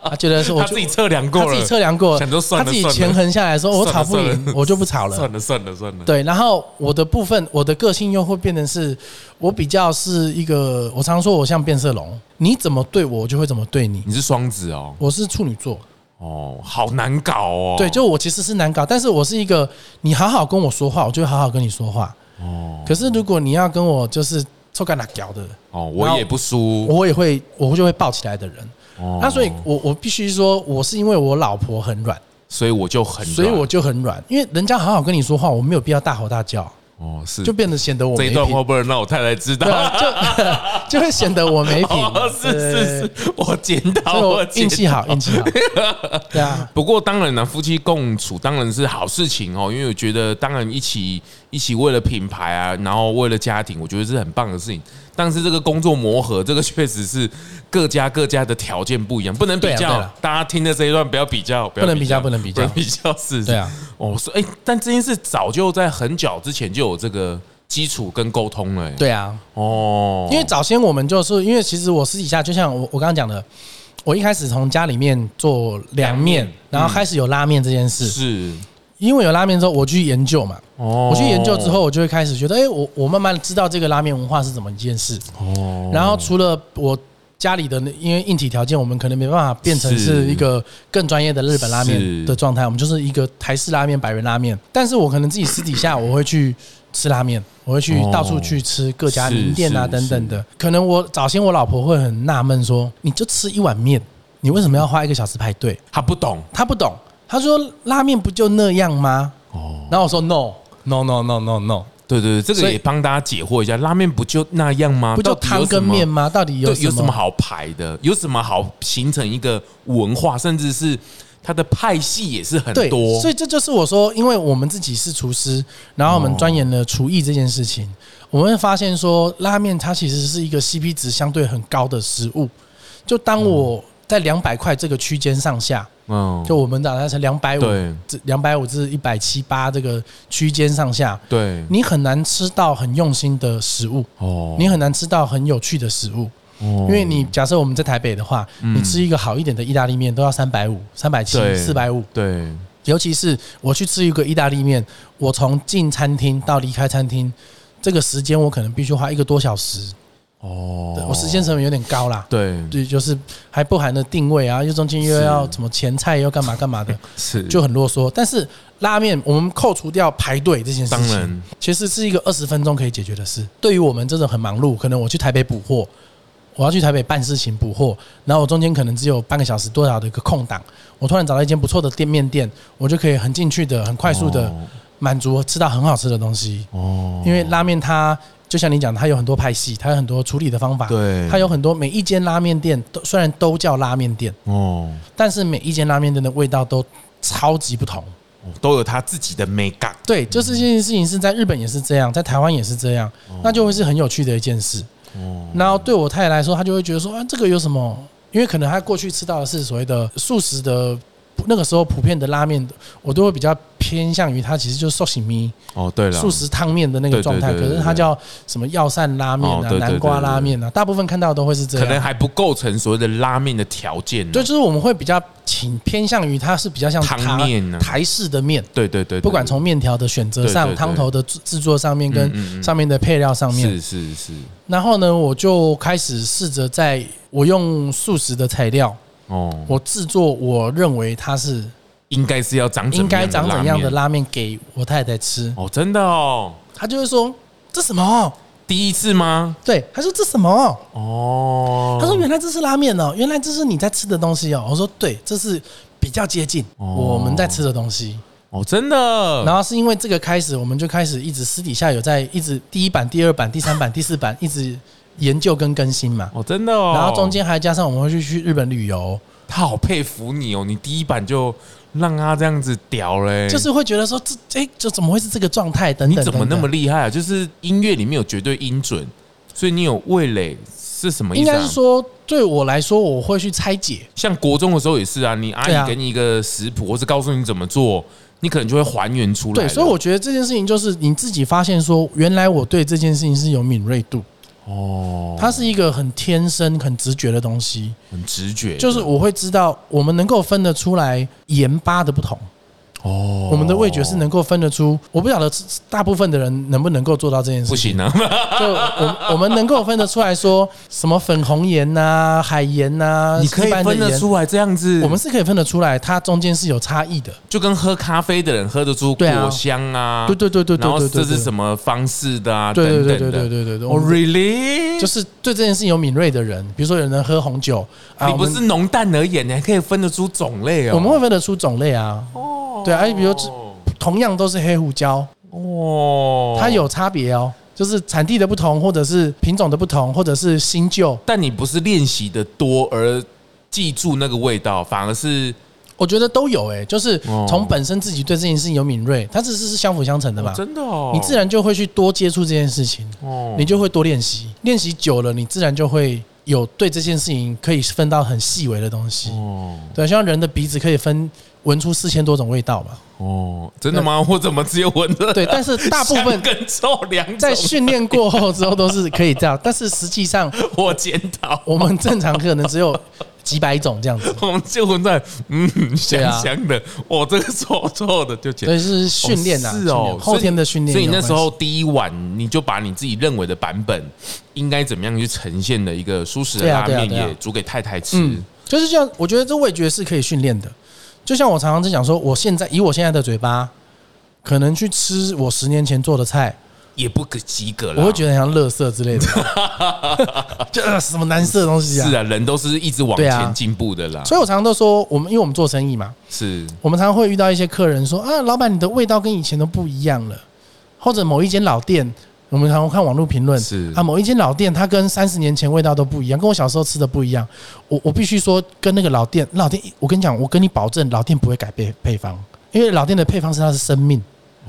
Speaker 2: 她觉得是我
Speaker 1: 他
Speaker 2: 就
Speaker 1: 自己测量过
Speaker 2: 她
Speaker 1: 了，
Speaker 2: 自己测量过，
Speaker 1: 想说算
Speaker 2: 她
Speaker 1: 了
Speaker 2: 自己
Speaker 1: 算了
Speaker 2: 权衡下来说，我
Speaker 1: 算了
Speaker 2: 吵不
Speaker 1: 算了
Speaker 2: 赢，我就不吵了。
Speaker 1: 算了算了算了，
Speaker 2: 对，然后我的部分，我的个性又会变成是，我比较是一个，我常说我像变色龙，你怎么对我，我就会怎么对你。
Speaker 1: 你是双子哦，
Speaker 2: 我是处女座，
Speaker 1: 哦，好难搞哦，
Speaker 2: 对，就我其实是难搞，但是我是一个，你好好跟我说话，我就会好好跟你说话。
Speaker 1: 哦
Speaker 2: 可是如果你要跟我就是臭干辣屌的，
Speaker 1: 哦，我也不输，
Speaker 2: 我也会，我就会抱起来的人。
Speaker 1: 哦
Speaker 2: 那所以我，我必须说，我是因为我老婆很软，
Speaker 1: 所以我就很软，
Speaker 2: 所以我就很软，因为人家好好跟你说话，我没有必要大吼大叫，
Speaker 1: 哦是
Speaker 2: 就变得显得我
Speaker 1: 这
Speaker 2: 没
Speaker 1: 一段
Speaker 2: 品
Speaker 1: 会不会让我太太知道
Speaker 2: 对？啊，就 就会显得我没品。
Speaker 1: 哦，是是
Speaker 2: 对，
Speaker 1: 是，我检讨
Speaker 2: 所以
Speaker 1: 我
Speaker 2: 我
Speaker 1: 检
Speaker 2: 运气好，运气好。对啊，
Speaker 1: 不过当然了，夫妻共处当然是好事情哦，因为我觉得当然一起一起为了品牌啊，然后为了家庭，我觉得是很棒的事情。但是这个工作磨合，这个确实是各家各家的条件不一样，不能比
Speaker 2: 对啊对
Speaker 1: 较
Speaker 2: 啊。
Speaker 1: 大家听的这一段不要比较，不要
Speaker 2: 不能比较不能比较
Speaker 1: 比较是。
Speaker 2: 对啊，
Speaker 1: 哦，是哎，但这件事早就在很久之前就有这个基础跟沟通了。哎，
Speaker 2: 对啊，
Speaker 1: 哦，
Speaker 2: 因为早先我们就是因为其实我私底下就像我我刚刚讲的，我一开始从家里面做凉
Speaker 1: 凉
Speaker 2: 面嗯
Speaker 1: 面，
Speaker 2: 然后开始有拉面这件事，
Speaker 1: 是
Speaker 2: 因为有拉面之后，我去研究嘛。
Speaker 1: 哦，
Speaker 2: 我去研究之后，我就会开始觉得，哎，我我慢慢知道这个拉面文化是怎么一件事。
Speaker 1: 哦，
Speaker 2: 然后除了我家里的那，因为硬体条件，我们可能没办法变成
Speaker 1: 是
Speaker 2: 是一个更专业的日本拉
Speaker 1: 是
Speaker 2: 面的状态，我们就是一个台式拉面、百元拉面。但是我可能自己私底下我会去吃拉面，我会去
Speaker 1: 哦
Speaker 2: 到处去吃各家
Speaker 1: 是
Speaker 2: 名店啊
Speaker 1: 哦是
Speaker 2: 等等的。可能我早先我老婆会很纳闷说，你就吃一碗面，你为什么要花一个小时排队？
Speaker 1: 他不懂
Speaker 2: 她不懂，她说拉面不就那样吗？
Speaker 1: 哦。
Speaker 2: 然后我说 no no no no no no，
Speaker 1: 对对，对这
Speaker 2: 所
Speaker 1: 个
Speaker 2: 以
Speaker 1: 也帮大家解惑一下，拉面不就那样吗？
Speaker 2: 不就
Speaker 1: 到啊底有
Speaker 2: 汤跟
Speaker 1: 什么
Speaker 2: 面？吗？到底有
Speaker 1: 对，有什么好排的？有什么好形成一个文化，甚至是它的派系也是很
Speaker 2: 对，
Speaker 1: 多。
Speaker 2: 所以这就是我说，因为我们自己是厨师，然后我们钻研了厨艺这件事情，我们会发现说，拉面它其实是一个 CP 值相对很高的食物。就当我在两百块这个区间上下，
Speaker 1: 嗯，
Speaker 2: 就我们打算是两百五
Speaker 1: 对
Speaker 2: 至两百五至一百七八这个区间上下，
Speaker 1: 对
Speaker 2: 你很难吃到很用心的食物，
Speaker 1: 哦
Speaker 2: 你很难吃到很有趣的食物。
Speaker 1: 因
Speaker 2: 因为你假设我们在台北的话，你吃一个好一点的意大利面都要三百五、三百七、
Speaker 1: 嗯对
Speaker 2: 四百五，
Speaker 1: 对
Speaker 2: 尤其是我去吃一个意大利面，我从进餐厅到离开餐厅，这个时间我可能必须花一个多小时，
Speaker 1: 哦
Speaker 2: 对我时间成本有点高啦。
Speaker 1: 对
Speaker 2: 对，就是还不含的定位啊，又中间又
Speaker 1: 是
Speaker 2: 要什么前菜又干嘛干嘛的，
Speaker 1: 是
Speaker 2: 就很啰嗦。但是拉面，我们扣除掉排队这件事
Speaker 1: 当
Speaker 2: 情，
Speaker 1: 然
Speaker 2: 其实是一个二十分钟可以解决的事。对于我们这种很忙碌，可能我去台北补货，我要去台北办事情补货，然后我中间可能只有半个小时多少的一个空档，我突然找到一间不错的店面店，我就可以很进去的、很快速的
Speaker 1: 哦
Speaker 2: 满足吃到很好吃的东西。
Speaker 1: 哦
Speaker 2: 因为拉面它就像你讲的，它有很多派系，它有很多处理的方法，
Speaker 1: 对
Speaker 2: 它有很多每一间拉面店都虽然都叫拉面店，
Speaker 1: 哦
Speaker 2: 但是每一间拉面店的味道都超级不同。
Speaker 1: 哦都有他自己的美感。
Speaker 2: 对，就是这件事情是在日本也是这样，在台湾也是这样，那就会是很有趣的一件事。
Speaker 1: 哦
Speaker 2: 然后对我太太来说，她就会觉得说啊，这个有什么？因为可能她过去吃到的是所谓的素食的，那个时候普遍的拉面，我都会比较偏向于它其实就是寿喜米
Speaker 1: 哦对了，
Speaker 2: 素食汤面的那个状态，
Speaker 1: 对
Speaker 2: 可
Speaker 1: 对对对
Speaker 2: 是它叫什么药膳拉面
Speaker 1: 哦对、
Speaker 2: 啊
Speaker 1: 对对
Speaker 2: 南瓜拉面啊，大部分看到的都会是这
Speaker 1: 可能
Speaker 2: 样。
Speaker 1: 还不构成所谓的拉面的条件啊呢。
Speaker 2: 对，就是我们会比较倾偏向于它是比较像
Speaker 1: 汤
Speaker 2: 台
Speaker 1: 面啊
Speaker 2: 台式的面，
Speaker 1: 对对对，对
Speaker 2: 不管从面条的选择
Speaker 1: 对对
Speaker 2: 上、
Speaker 1: 对
Speaker 2: 汤头的制制作上
Speaker 1: 嗯
Speaker 2: 面
Speaker 1: 嗯
Speaker 2: 跟
Speaker 1: 嗯
Speaker 2: 上面的配料上面
Speaker 1: 是，是是
Speaker 2: 然后呢，我就开始试着在我用素食的材料，
Speaker 1: 哦，
Speaker 2: 我制作我认为它是
Speaker 1: 应该是要长怎么
Speaker 2: 应该长怎样的
Speaker 1: 拉面
Speaker 2: 拉面给我太太吃，
Speaker 1: 哦，真的哦，
Speaker 2: 她就会说这什么？哦
Speaker 1: 第一次吗？
Speaker 2: 对，她说这什么？
Speaker 1: 哦，
Speaker 2: 她说原来这是拉面哦，原来这是你在吃的东西哦。我说对，这是比较接近
Speaker 1: 哦
Speaker 2: 我们在吃的东西。
Speaker 1: 哦，真的，
Speaker 2: 然后是因为这个开始，我们就开始一直私底下有在一直第一版、第二版、第三版、第四版一直研究跟更新嘛。
Speaker 1: 哦，真的哦，
Speaker 2: 然后中间还加上我们会去去日本旅游，
Speaker 1: 他好佩服你哦，你第一版就让他这样子屌嘞、
Speaker 2: 就是会觉得说这哎、这怎么会是这个状态？等
Speaker 1: 你
Speaker 2: 等
Speaker 1: 怎么
Speaker 2: 等
Speaker 1: 那
Speaker 2: 等
Speaker 1: 么厉害啊？就是音乐里面有绝对音准，所以你有味蕾是什么意
Speaker 2: 应
Speaker 1: 思、啊？
Speaker 2: 该是说，对我来说，我会去拆解。
Speaker 1: 像国中的时候也是啊，你阿
Speaker 2: 对啊
Speaker 1: 姨给你一个食谱，或是告诉你怎么做，你可能就会还原出来了。
Speaker 2: 对，所以我觉得这件事情就是你自己发现说，原来我对这件事情是有敏锐度，
Speaker 1: 哦，
Speaker 2: 它是一个很天生、很直觉的东西。
Speaker 1: 很直觉的，
Speaker 2: 就是我会知道，我们能够分得出来盐巴的不同，
Speaker 1: 哦，
Speaker 2: 我们的味觉是能够分得出。我不晓得大部分的人能不能够做到这件
Speaker 1: 不
Speaker 2: 事情。
Speaker 1: 行啊，
Speaker 2: 就我我们能够分得出来说什么粉红盐呐、海盐呐、
Speaker 1: 你可以
Speaker 2: 呃一般的
Speaker 1: 分得
Speaker 2: 盐
Speaker 1: 出来这样子，
Speaker 2: 我们是可以分得出来，它中间是有差异的。
Speaker 1: 就跟喝咖啡的人喝得出
Speaker 2: 对啊
Speaker 1: 果香啊，
Speaker 2: 对对对对对
Speaker 1: 然后
Speaker 2: 对对，
Speaker 1: 这是什么方式的啊，
Speaker 2: 对对
Speaker 1: 等
Speaker 2: 对
Speaker 1: 等
Speaker 2: 对
Speaker 1: 的
Speaker 2: 对对对对，
Speaker 1: 哦
Speaker 2: 我们
Speaker 1: ，really，
Speaker 2: 就是对这件事情有敏锐的人，比如说有人喝红酒啊，
Speaker 1: 你不
Speaker 2: 我们
Speaker 1: 是浓淡而言，你还可以分得出种类哦，
Speaker 2: 我们会分得出种类啊，
Speaker 1: 哦
Speaker 2: 对啊比如同样都是黑胡椒，
Speaker 1: 哦，
Speaker 2: 它有差别哦，就是产地的不同，或者是品种的不同，或者是新旧。
Speaker 1: 但你不是练习的多而记住那个味道，反而是
Speaker 2: 我觉得都有诶、就是
Speaker 1: 哦
Speaker 2: 从本身自己对这件事情有敏锐，它只是是相辅相成的嘛
Speaker 1: 哦，真的哦，
Speaker 2: 你自然就会去多接触这件事情，
Speaker 1: 哦
Speaker 2: 你就会多练习，练习久了，你自然就会有对这件事情可以分到很细微的东西。
Speaker 1: 哦
Speaker 2: 对，像人的鼻子可以分闻出四千多种味 道嘛，
Speaker 1: 哦，真的吗？我怎么只有闻着
Speaker 2: 对，但是大部分
Speaker 1: 香跟臭两种？
Speaker 2: 在训练过后之后都是可以这样，但是实际 上
Speaker 1: 我检讨，
Speaker 2: 我们正常可能只有几百种这样 子，
Speaker 1: 我们就闻哦在嗯
Speaker 2: 对啊
Speaker 1: 香香的，哦，这个臭臭的就检
Speaker 2: 所。以是训练啊，
Speaker 1: 是哦
Speaker 2: 训练，后天的训练
Speaker 1: 所以
Speaker 2: 有
Speaker 1: 你那
Speaker 2: 关系。
Speaker 1: 时候第一晚，你就把你自己认为的版本应该怎么样去呈现的一个舒适的
Speaker 2: 对啊
Speaker 1: 拉
Speaker 2: 对啊
Speaker 1: 面，
Speaker 2: 对啊
Speaker 1: 也煮给太太吃
Speaker 2: 嗯。，就是这样，我觉得这味觉是可以训练的。就像我常常在讲说，我现在以我现在的嘴巴，可能去吃我十年前做的菜，
Speaker 1: 也不可及格了。
Speaker 2: 我会觉得很像垃圾之类的， 就呃什么难吃的东西啊。
Speaker 1: 是啊，人都是一直往
Speaker 2: 对啊
Speaker 1: 前进步的啦。
Speaker 2: 所以我常常都说，我们因为我们做生意嘛，
Speaker 1: 是
Speaker 2: 我们常常会遇到一些客人说啊，老板你的味道跟以前都不一样了，或者某一间老店，我们常常看网络评论，
Speaker 1: 是
Speaker 2: 啊，某一间老店它跟三十年前味道都不一样，跟我小时候吃的不一样。我我必须说，跟那个老店，老店我跟你讲，我跟你保证，老店不会改变配方，因为老店的配方是它的生命。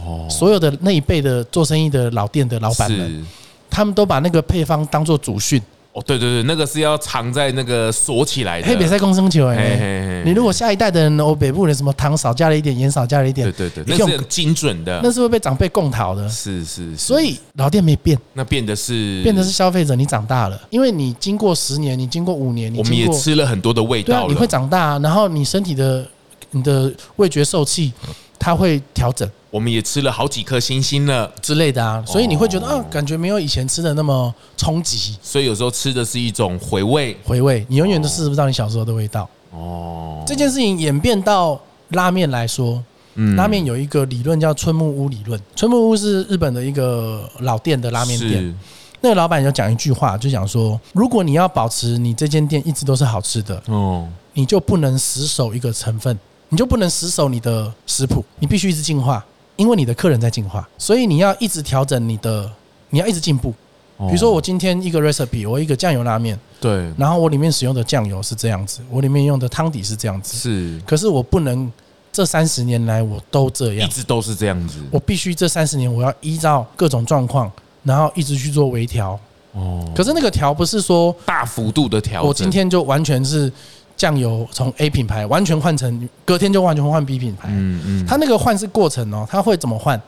Speaker 1: 哦，
Speaker 2: 所有的那一辈的做生意的老店的老板们，
Speaker 1: 是
Speaker 2: 他们都把那个配方当做祖训，
Speaker 1: 哦，对对对，那个是要藏在那个锁起来的。
Speaker 2: 黑北赛共生球哎、
Speaker 1: 啊嘿嘿嘿
Speaker 2: 你如果下一代的人，哦，北部人什么糖少加了一点，盐少加了一点，
Speaker 1: 对对对，
Speaker 2: 你
Speaker 1: 那
Speaker 2: 用
Speaker 1: 是很精准的
Speaker 2: 那。是会被长辈共讨的。
Speaker 1: 是是，是
Speaker 2: 所以老店没变，
Speaker 1: 那变得是
Speaker 2: 变的是消费者，你长大了，因为你经过十年，你经过五年，你
Speaker 1: 我们
Speaker 2: 经
Speaker 1: 也
Speaker 2: 过
Speaker 1: 吃了很多的味
Speaker 2: 对啊
Speaker 1: 道，
Speaker 2: 你
Speaker 1: 了
Speaker 2: 会。长大、啊，然后你身体的你的味觉受气，
Speaker 1: 嗯
Speaker 2: 它会调整
Speaker 1: 我们也吃了好几颗星星了。
Speaker 2: 之类的啊，所以你会觉得
Speaker 1: 哦
Speaker 2: 啊，感觉没有以前吃的那么冲击
Speaker 1: 所以有时候吃的是一种回味
Speaker 2: 回味，你永远都吃不到你小时候的味道。
Speaker 1: 哦。
Speaker 2: 这件事情演变到拉面来说，
Speaker 1: 嗯
Speaker 2: 拉面有一个理论叫春木屋理论，春木屋是日本的一个老店的拉面店，
Speaker 1: 是
Speaker 2: 那个老板有讲一句话，就讲说，如果你要保持你这间店一直都是好吃的，
Speaker 1: 哦，
Speaker 2: 你就不能死守一个成分，你就不能死守你的食谱，你必须一直进化，因为你的客人在进化，所以你要一直调整你的，你要一直进步。
Speaker 1: 比
Speaker 2: 比如说我今天一个 recipe，我一个酱油拉面，
Speaker 1: 哦对
Speaker 2: 然后我里面使用的酱油是这样子，我里面用的汤底是这样子，
Speaker 1: 是
Speaker 2: 可是我不能这三十年来我都这
Speaker 1: 一
Speaker 2: 样，
Speaker 1: 直都是这样子
Speaker 2: 我必须这三十年我要依照各种状况，然后一直去做微调。
Speaker 1: 哦。
Speaker 2: 可是那个调不是说
Speaker 1: 大幅度的调整，
Speaker 2: 我今天就完全是酱油从 A 品牌完全换成，隔天就完全换 B 品牌。
Speaker 1: 嗯嗯，
Speaker 2: 它那个换是过程哦，它会怎么换？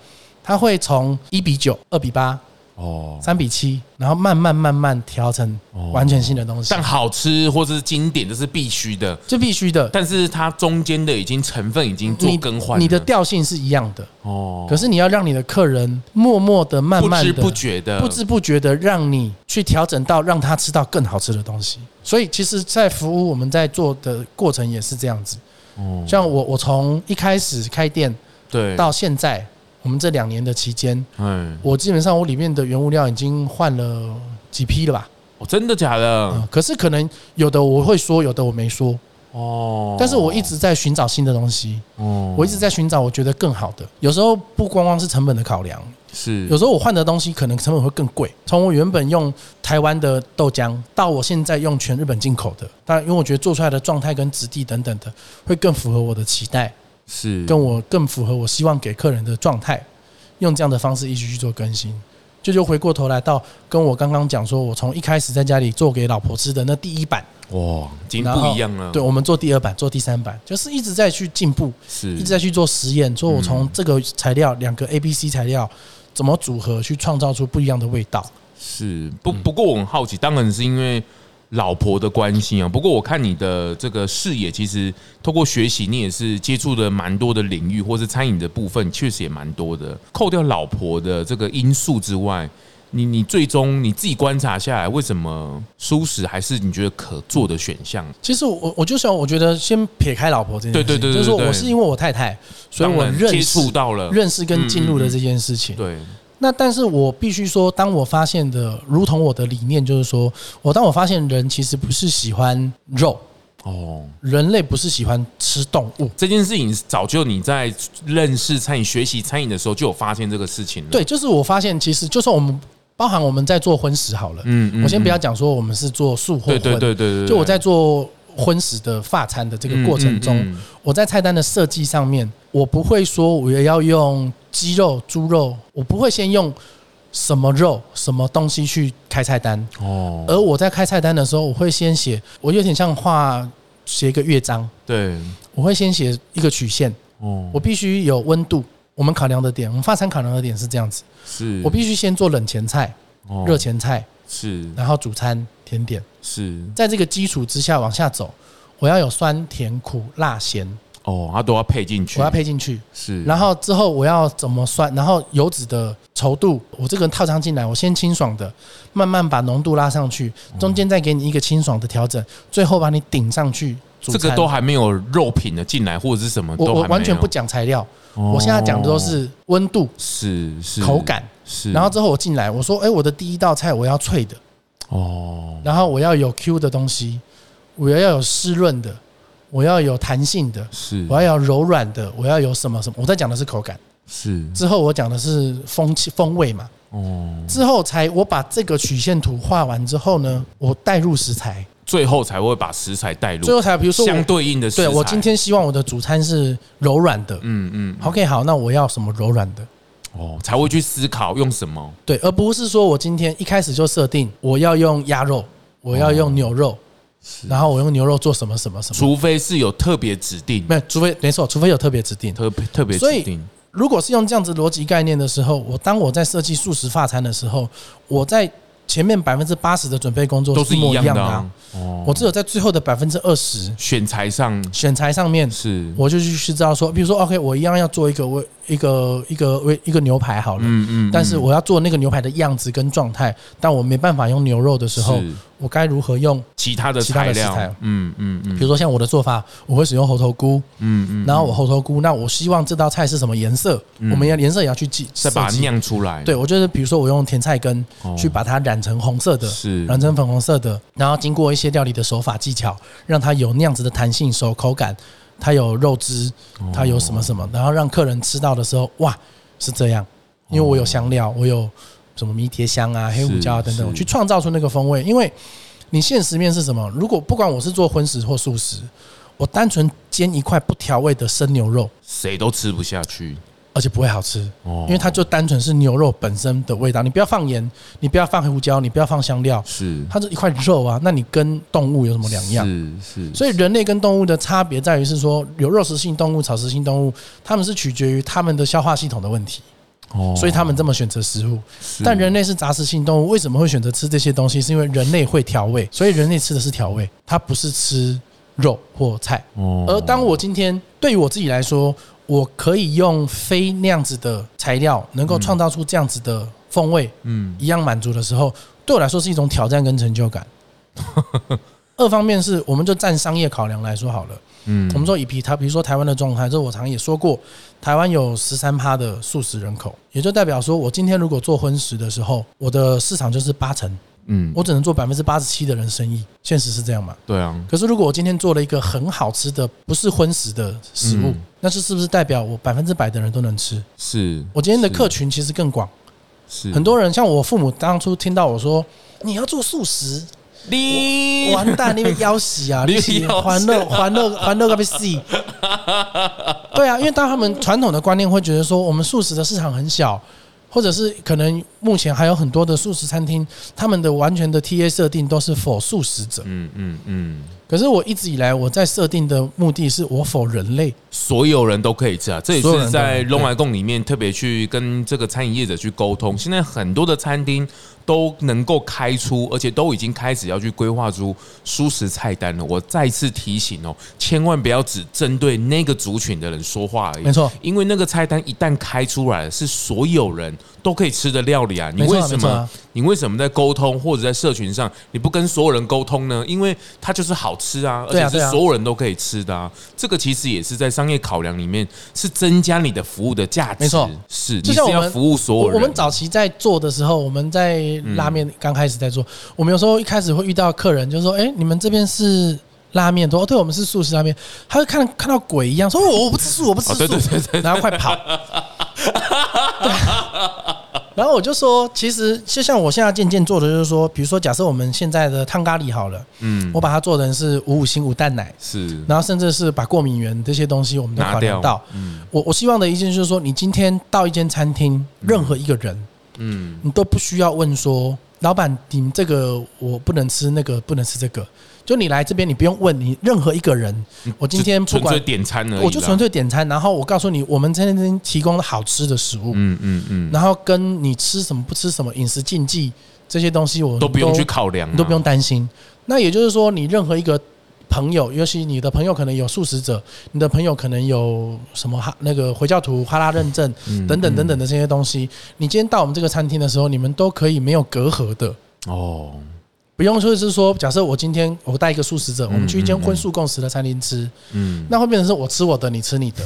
Speaker 2: 它会从一比九、二比八、
Speaker 1: 哦，
Speaker 2: 三比七，然后慢慢慢慢调成
Speaker 1: 哦
Speaker 2: 完全新的东西
Speaker 1: 但，好吃或是经典这是必须的，
Speaker 2: 这必须的。
Speaker 1: 但是它中间的已经成分已经做
Speaker 2: 你
Speaker 1: 更换了，
Speaker 2: 你的调性是一样的，
Speaker 1: 哦，
Speaker 2: 可是你要让你的客人默默的、慢
Speaker 1: 不
Speaker 2: 慢
Speaker 1: 知
Speaker 2: 的、
Speaker 1: 不觉的，
Speaker 2: 不知不觉的让你去调整到让他吃到更好吃的东西。所以其实，在服务我们在做的过程也是这样子。
Speaker 1: 哦
Speaker 2: 像我，我从一开始开店
Speaker 1: 对，
Speaker 2: 到现在，我们这两年的期间，
Speaker 1: 嗯，
Speaker 2: 我基本上我里面的原物料已经换了几批了吧？
Speaker 1: 哦，真的假的
Speaker 2: 嗯，？可是可能有的我会说，有的我没说，
Speaker 1: 哦，
Speaker 2: 但是我一，直在寻找新的东西，
Speaker 1: 哦
Speaker 2: 我一直在寻找我觉得更好的。有时候不光光是成本的考量，
Speaker 1: 是
Speaker 2: 有时候我换的东西可能成本会更贵，从我原本用台湾的豆浆，到我现在用全日本进口的，当然因为我觉得做出来的状态跟质地等等的，会更符合我的期待，
Speaker 1: 是
Speaker 2: 跟我更符合我希望给客人的状态，用这样的方式一起去做更新。这就回过头来到跟我刚刚讲说，我从一开始在家里做给老婆吃的那第一版，
Speaker 1: 哇，已经
Speaker 2: 然
Speaker 1: 不
Speaker 2: 后
Speaker 1: 一样啊了。
Speaker 2: 对，我们做第二版，做第三版，就是一直在去进步。
Speaker 1: 是嗯
Speaker 2: 一直在去做实验，说我从这个材料两个 A、B、C 材料怎么组合去创造出不一样的味道。
Speaker 1: 是不不过我很好奇，当然是因为老婆的关系啊。不过我看你的这个视野，其实透过学习，你也是接触的蛮多的领域，或是餐饮的部分，确实也蛮多的。扣掉老婆的这个因素之外，你你最终你自己观察下来，为什么舒适还是你觉得可做的选项？
Speaker 2: 其实我我就想，我觉得先撇开老婆这件事情，
Speaker 1: 对对对对
Speaker 2: 就是说
Speaker 1: 对
Speaker 2: 我是因为我太太，所以
Speaker 1: 当
Speaker 2: 我
Speaker 1: 然
Speaker 2: 认
Speaker 1: 接
Speaker 2: 识
Speaker 1: 触到了，嗯
Speaker 2: 认识跟进入了这件事情。
Speaker 1: 对，
Speaker 2: 那但是我必须说，当我发现的，如同我的理念，就是说我当我发现人其实不是喜欢肉，
Speaker 1: 哦。
Speaker 2: 人类不是喜欢吃动物。
Speaker 1: 这件事情早就你在认识餐饮、学习餐饮的时候就有发现这个事情了。
Speaker 2: 对，就是我发现，其实就算我们包含我们在做荤食好了，
Speaker 1: 嗯，嗯
Speaker 2: 我先不要讲说我们是做素或
Speaker 1: 对
Speaker 2: 荤，
Speaker 1: 对对对对，
Speaker 2: 就我
Speaker 1: 在。
Speaker 2: 在做婚食的发餐的这个过程中，
Speaker 1: 嗯嗯嗯
Speaker 2: 我在菜单的设计上面，我不会说我也要用鸡肉、猪肉，我不会先用什么肉、什么东西去开菜单，
Speaker 1: 哦，
Speaker 2: 而我在开菜单的时候，我会先写，我有点像画写一个乐章，
Speaker 1: 对，
Speaker 2: 我会先写一个曲线，
Speaker 1: 哦，
Speaker 2: 我必须有温度。我们考量的点，我们发餐考量的点是这样子：
Speaker 1: 是
Speaker 2: 我必须先做冷前菜、
Speaker 1: 哦
Speaker 2: 热前菜，
Speaker 1: 是
Speaker 2: 然后主餐、甜点。
Speaker 1: 是
Speaker 2: 在这个基础之下往下走，我要有酸甜苦辣咸，
Speaker 1: 哦，它都要配进去，嗯
Speaker 2: 我要配进去。
Speaker 1: 是，
Speaker 2: 然
Speaker 1: 后
Speaker 2: 后之后我要怎么酸，然后油脂的稠度，我这个套餐进来，我先清爽的，慢慢把浓度拉上去，
Speaker 1: 嗯
Speaker 2: 中间再给你一个清爽的调整，最后把你顶上去。主
Speaker 1: 这个
Speaker 2: 餐
Speaker 1: 都还没有肉品的进来或者是什么，
Speaker 2: 我
Speaker 1: 都
Speaker 2: 我
Speaker 1: 还没
Speaker 2: 完全
Speaker 1: 有
Speaker 2: 不，讲材料，
Speaker 1: 哦
Speaker 2: 我现在讲的都是温度、
Speaker 1: 是是
Speaker 2: 口感。
Speaker 1: 是，
Speaker 2: 然后之后我进来，我说，哎，我的第一道菜我要脆的，
Speaker 1: 哦
Speaker 2: 然后我要有 Q 的东西，我要有湿润的，我要有弹性的，
Speaker 1: 是
Speaker 2: 我要有柔软的，我要有什么什么。我在讲的是口感，
Speaker 1: 是
Speaker 2: 之后我讲的是风气风味嘛，
Speaker 1: 哦，
Speaker 2: 之后才我把这个曲线图画完之后呢，我带入食材，
Speaker 1: 最后才会把食材带入，
Speaker 2: 最后才比如说
Speaker 1: 相
Speaker 2: 我
Speaker 1: 对应的食
Speaker 2: 对
Speaker 1: 材，
Speaker 2: 我今天希望我的主餐是柔软的
Speaker 1: 嗯嗯
Speaker 2: ，OK 好，那我要什么柔软的？
Speaker 1: 哦，才会去思考用什么
Speaker 2: 对，而不是说我今天一开始就设定我要用鸭肉，我要用牛肉，然后我用牛肉做什么什么什么，
Speaker 1: 哦除非是有特别指定，
Speaker 2: 没有，除非没错，除非有特别指定。
Speaker 1: 特别特别
Speaker 2: 所
Speaker 1: 指
Speaker 2: 以
Speaker 1: 定，
Speaker 2: 如果是用这样子逻辑概念的时候，我当我在设计素食发餐的时候，我在前面百分之八十的准备工作
Speaker 1: 都
Speaker 2: 是
Speaker 1: 是
Speaker 2: 一模
Speaker 1: 一
Speaker 2: 一
Speaker 1: 样
Speaker 2: 样
Speaker 1: 的
Speaker 2: 的、
Speaker 1: 啊
Speaker 2: 啊，，
Speaker 1: 哦，
Speaker 2: 我只有在最后的百分之二十
Speaker 1: 选材上
Speaker 2: 选材上面，
Speaker 1: 是，
Speaker 2: 我就去知道说，比如说 OK，我一样要做一个我一个一个我一个牛排好了，
Speaker 1: 嗯嗯，
Speaker 2: 但是我要做那个牛排的样子跟状态，但我没办法用牛肉的时候
Speaker 1: 是，
Speaker 2: 我该如何用？
Speaker 1: 其他的
Speaker 2: 其他
Speaker 1: 材
Speaker 2: 的
Speaker 1: 料，
Speaker 2: 食材
Speaker 1: 嗯嗯嗯
Speaker 2: 比如说像我的做法，我会使用猴头菇，
Speaker 1: 嗯嗯，
Speaker 2: 然后我猴头菇，那我希望这道菜是什么颜色，我们要颜色也要去记，
Speaker 1: 再把
Speaker 2: 设
Speaker 1: 它
Speaker 2: 计
Speaker 1: 酿出来，
Speaker 2: 对，我就是比如说我用甜菜根
Speaker 1: 哦
Speaker 2: 去把它染成红色的，
Speaker 1: 是
Speaker 2: 染成粉红色的，然后经过一些料理的手法技巧，让它有那样子的弹性、手口感，它有肉汁，
Speaker 1: 哦
Speaker 2: 它有什么什么，然后让客人吃到的时候，哇，是这样，因为我有香料，我有什么迷迭香啊、黑胡椒啊等
Speaker 1: 哦
Speaker 2: 等，
Speaker 1: 是
Speaker 2: 我去创造出那个风味。因为你现实面是什么？如果不管我是做荤食或素食，我单纯煎一块不调味的生牛肉，
Speaker 1: 谁都吃不下去，
Speaker 2: 而且不会好吃。
Speaker 1: 哦
Speaker 2: 因为它就单纯是牛肉本身的味道，你不要放盐，你不要放黑胡椒，你不要放香料，
Speaker 1: 是
Speaker 2: 它是一块肉啊，那你跟动物有什么两样？
Speaker 1: 是是，
Speaker 2: 所以人类跟动物的差别在于是说，有肉食性动物、草食性动物，它们是取决于它们的消化系统的问题，
Speaker 1: 哦
Speaker 2: 所以他们这么选择食物。但人类是杂食性动物，为什么会选择吃这些东西？是因为人类会调味，所以人类吃的是调味，它不是吃肉或菜。
Speaker 1: 哦
Speaker 2: 而当我今天对于我自己来说，我可以用非那样子的材料，能够创造出这样子的风味，
Speaker 1: 嗯
Speaker 2: 一样满足的时候，对我来说是一种挑战跟成 就感。二方面是，我们就站商业考量来说好了。
Speaker 1: 嗯
Speaker 2: 我们说以比他，比如说台湾的状态，这我常也说过，台湾有十三趴的素食人口，也就代表说，我今天如果做荤食的时候，我的市场就是八成，
Speaker 1: 嗯
Speaker 2: 我只能做百分之八十七的人生意，现实是这样嘛？
Speaker 1: 对啊，
Speaker 2: 可是如果我今天做了一个很好吃的不是荤食的食物，
Speaker 1: 嗯
Speaker 2: 那这是不是代表我百分之百的人都能吃？
Speaker 1: 是
Speaker 2: 我今天的客群其实更广，
Speaker 1: 是
Speaker 2: 很多人像我父母当初听到我说你要做素食，
Speaker 1: 你
Speaker 2: 完蛋，你被腰死啊！
Speaker 1: 你
Speaker 2: 你是
Speaker 1: 被夭
Speaker 2: 还乐 还乐还乐个被死。对啊，因为当他们传统的观念会觉得说，我们素食的市场很小，或者是可能目前还有很多的素食餐厅，他们的完全的 TA 设定都是否素食者。
Speaker 1: 嗯嗯嗯，
Speaker 2: 可是我一直以来我在设定的目的是我否人类，
Speaker 1: 所有人都可以吃啊，这也
Speaker 2: 所有
Speaker 1: 是
Speaker 2: 人都
Speaker 1: 在
Speaker 2: 对
Speaker 1: 龙来贡里面特别去跟这个餐饮业者去沟通。现在很多的餐厅都能够开出，而且都已经开始要去规划出舒适菜单了。我再次提醒哦，千万不要只针对那个族群的人说话而已。
Speaker 2: 没错
Speaker 1: 因为那个菜单一旦开出来，是所有人都可以吃的料理啊。你
Speaker 2: 没错
Speaker 1: 为
Speaker 2: 啊
Speaker 1: 什
Speaker 2: 没错
Speaker 1: 么
Speaker 2: 啊？
Speaker 1: 你为什么在沟通或者在社群上，你不跟所有人沟通呢？因为它就是好吃啊，而
Speaker 2: 对啊
Speaker 1: 且是
Speaker 2: 对啊
Speaker 1: 所有人都可以吃的啊。这个其实也是在商业考量里面，是增加你的服务的价值。
Speaker 2: 没错
Speaker 1: 是你
Speaker 2: 就是像我
Speaker 1: 要
Speaker 2: 们
Speaker 1: 服务所有
Speaker 2: 我
Speaker 1: 人。
Speaker 2: 我们早期在做的时候，我们在拉面刚开始在做，我们有时候一开始会遇到客人，就说：“哎、你们这边是拉面多？哦，对，我们是素食拉面。”他会看看到鬼一样说：“我我不吃素，我不吃
Speaker 1: 哦对
Speaker 2: 素。
Speaker 1: 对对
Speaker 2: 然后快跑。 对然后我就说，其实就像我现在渐渐做的，就是说，比如说，假设我们现在的汤咖喱好了，
Speaker 1: 嗯
Speaker 2: 我把它做成是五五星无蛋奶，
Speaker 1: 是
Speaker 2: 然后甚至是把过敏源这些东西我们都
Speaker 1: 拿
Speaker 2: 考
Speaker 1: 掉嗯
Speaker 2: 量到。我我希望的一件事就是说，你今天到一间餐厅，任何一个人，
Speaker 1: 嗯
Speaker 2: 你都不需要问说，老板，你们这个我不能吃，那个不能吃，这个就你来这边，你不用问你任何一个人，我今天
Speaker 1: 嗯就
Speaker 2: 不
Speaker 1: 纯粹
Speaker 2: 管，
Speaker 1: 点餐而已啦。
Speaker 2: 我就纯粹点餐，然后我告诉你，我们今天提供好吃的食物，
Speaker 1: 嗯嗯嗯，
Speaker 2: 然后跟你吃什么不吃什么饮食禁忌这些东西，我
Speaker 1: 都不用去考量啊，
Speaker 2: 你都不用担心。那也就是说，你任何一个朋友，尤其你的朋友可能有素食者，你的朋友可能有什么哈那个回教徒、哈拉认证
Speaker 1: 嗯
Speaker 2: 等等等等的这些东西，你今天到我们这个餐厅的时候，你们都可以没有隔阂的。
Speaker 1: 哦。
Speaker 2: 不用说是说，假设我今天我带一个素食者，我们去一间
Speaker 1: 嗯嗯
Speaker 2: 荤素共食的餐厅吃，
Speaker 1: 嗯，
Speaker 2: 那会变成是我吃我的，你吃你的。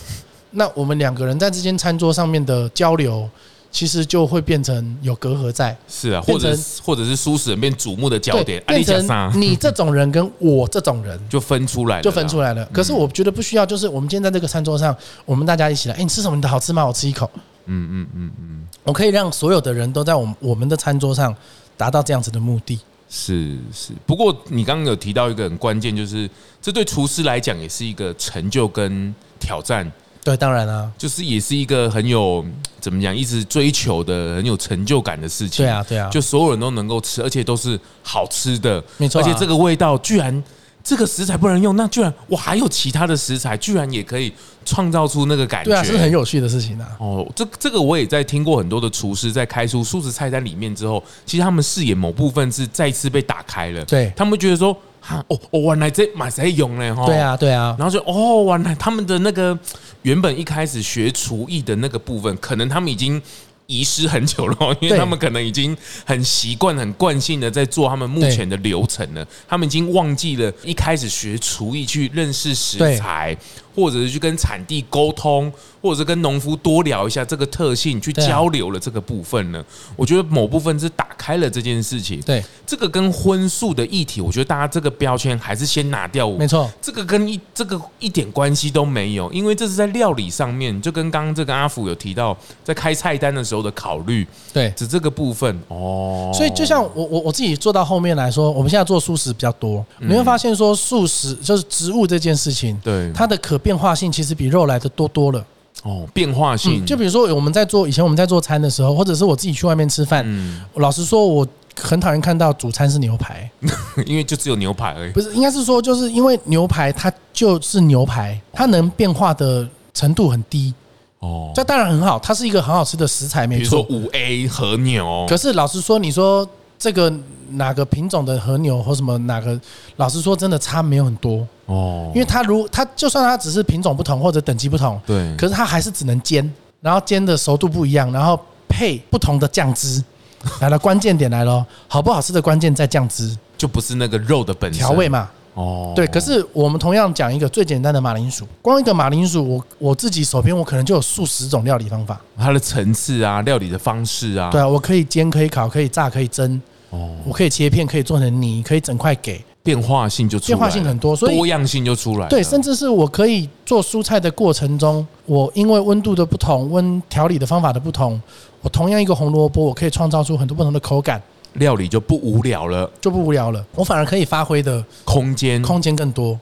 Speaker 2: 那我们两个人在这间餐桌上面的交流，其实就会变成有隔阂在。
Speaker 1: 是啊，或
Speaker 2: 变成
Speaker 1: 者是或者是舒适人变瞩目的焦
Speaker 2: 对
Speaker 1: 点，啊，你讲
Speaker 2: 变
Speaker 1: 啥
Speaker 2: 成你这种人跟我这种人，
Speaker 1: 就分出来了啦，
Speaker 2: 就分出
Speaker 1: 嗯
Speaker 2: 来了。可是我觉得不需要，就是我们今天在这个餐桌上，我们大家一起来，哎、你吃什么？你的好吃吗？我吃一口。
Speaker 1: 嗯嗯嗯嗯，
Speaker 2: 我可以让所有的人都在我们我们的餐桌上达到这样子的目的。
Speaker 1: 是是。不过你刚刚有提到一个很关键，就是这对厨师来讲也是一个成就跟挑战，
Speaker 2: 对，当然啊，
Speaker 1: 就是也是一个很有怎么讲，一直追求的很有成就感的事情。
Speaker 2: 对啊，，对啊，
Speaker 1: 就所有人都能够吃，而且都是好吃的，
Speaker 2: 没错
Speaker 1: 而
Speaker 2: 啊
Speaker 1: 且这个味道居然。这个食材不能用，那居然我还有其他的食材，居然也可以创造出那个感觉，
Speaker 2: 对啊，是很有趣的事情啊。
Speaker 1: 哦，这这个我也在听过很多的厨师在开出素食菜单里面之后，其实他们视野某部分是再次被打开了。
Speaker 2: 对
Speaker 1: 他们觉得说，哈，哦，哦，原来这买谁用呢？哈，
Speaker 2: 对。啊，对啊，
Speaker 1: 然后就哦，原来他们的那个原本一开始学厨艺的那个部分，可能他们已经遗失很久了哦，因为
Speaker 2: 对
Speaker 1: 他们可能已经很习惯、很惯性的在做他们目前的流程了，他们已经忘记了一开始学厨艺去认识食
Speaker 2: 对
Speaker 1: 材，或者是去跟产地沟通，或者是跟农夫多聊一下这个特性，去
Speaker 2: 对啊
Speaker 1: 交流了这个部分呢。我觉得某部分是打开了这件事情。
Speaker 2: 对，
Speaker 1: 这个跟荤素的议题，我觉得大家这个标签还是先拿掉。
Speaker 2: 没错
Speaker 1: 这个跟一这个一点关系都没有，因为这是在料理上面，就跟刚刚这个阿福有提到，在开菜单的时候的考虑，
Speaker 2: 对。
Speaker 1: 只这个部分哦。
Speaker 2: 所以，就像我我我自己做到后面来说，我们现在做素食比较多，
Speaker 1: 嗯
Speaker 2: 你会发现说素食就是植物这件事情，
Speaker 1: 对
Speaker 2: 它的可变化性其实比肉来的多多了。
Speaker 1: 哦，变化性、
Speaker 2: 嗯，就比如说我们在做以前我们在做餐的时候，或者是我自己去外面吃饭，
Speaker 1: 嗯，
Speaker 2: 我老实说，我很讨厌看到主餐是牛排，
Speaker 1: 因为就只有牛排而已。
Speaker 2: 不是，应该是说，就是因为牛排它就是牛排，它能变化的程度很低，
Speaker 1: 哦，
Speaker 2: 这当然很好，它是一个很好吃的食材，
Speaker 1: 比
Speaker 2: 没
Speaker 1: 如说
Speaker 2: 错。
Speaker 1: 五 A 和牛，
Speaker 2: 可是老实说，你说这个哪个品种的和牛或什么哪个，老实说真的差没有很多，
Speaker 1: 哦，
Speaker 2: 因为它如它就算它只是品种不同或者等级不同，
Speaker 1: 对，
Speaker 2: 可是它还是只能煎，然后煎的熟度不一样，然后配不同的酱汁。来了，关键点来了，好不好吃的关键在酱汁
Speaker 1: 就不是那个肉的本身
Speaker 2: 调味嘛。
Speaker 1: 哦。
Speaker 2: 对，可是我们同样讲一个最简单的马铃薯，光一个马铃薯，我我自己手边我可能就有数十种料理方法。
Speaker 1: 它的层次啊，料理的方式啊，
Speaker 2: 对啊，我可以煎，可以烤，可以炸，可以蒸，
Speaker 1: 哦，哎
Speaker 2: 我可以切片，可以做成泥，可以整块给。
Speaker 1: 变化性就出来
Speaker 2: 变
Speaker 1: 了，
Speaker 2: 化性很多，所以
Speaker 1: 多样性就出来了。
Speaker 2: 对，甚至是我可以做蔬菜的过程中，我因为温度的不同、温调理的方法的不同，我同样一个红萝卜，我可以创造出很多不同的口感，
Speaker 1: 料理就不无聊了，
Speaker 2: 就不无聊了。我反而可以发挥的
Speaker 1: 空间
Speaker 2: 空间更多，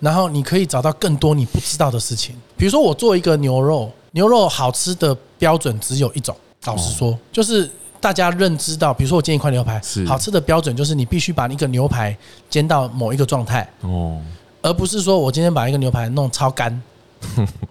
Speaker 2: 然后你可以找到更多你不知道的事情。比如说，我做一个牛肉，牛肉好吃的标准只有一种，老实说，就是。大家认知到，比如说我煎一块牛排
Speaker 1: 哦是，
Speaker 2: 好吃的标准就是你必须把一个牛排煎到某一个状态，
Speaker 1: 哦，
Speaker 2: 而不是说我今天把一个牛排弄 超干、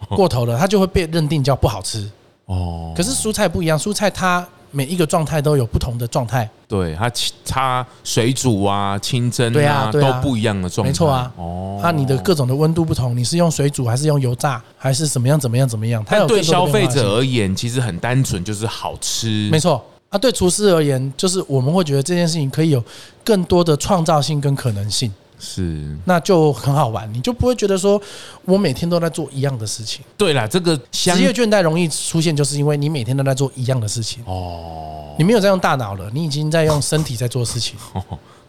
Speaker 2: 过头了，它就会被认定叫不好吃。
Speaker 1: 哦，
Speaker 2: 可是蔬菜不一样，蔬菜它每一个状态都有不同的状态，
Speaker 1: 对它其它水煮啊、清蒸
Speaker 2: 对啊对
Speaker 1: 都
Speaker 2: 啊
Speaker 1: 不一样的状态，
Speaker 2: 没错啊
Speaker 1: 哦，
Speaker 2: 那你的各种的温度不同，你是用水煮还是用油炸，还是怎么样怎么样怎么样？它有
Speaker 1: 但对
Speaker 2: 更
Speaker 1: 消
Speaker 2: 多的
Speaker 1: 费
Speaker 2: 变化性
Speaker 1: 者而言，其实很单纯，就是好吃，
Speaker 2: 没错啊，对厨师而言，就是我们会觉得这件事情可以有更多的创造性跟可能性，
Speaker 1: 是
Speaker 2: 那就很好玩，你就不会觉得说我每天都在做一样的事情。
Speaker 1: 对啦，这个相
Speaker 2: 职业倦怠容易出现，就是因为你每天都在做一样的事情。
Speaker 1: 哦，
Speaker 2: 你没有在用大脑了，你已经在用身体在做事情。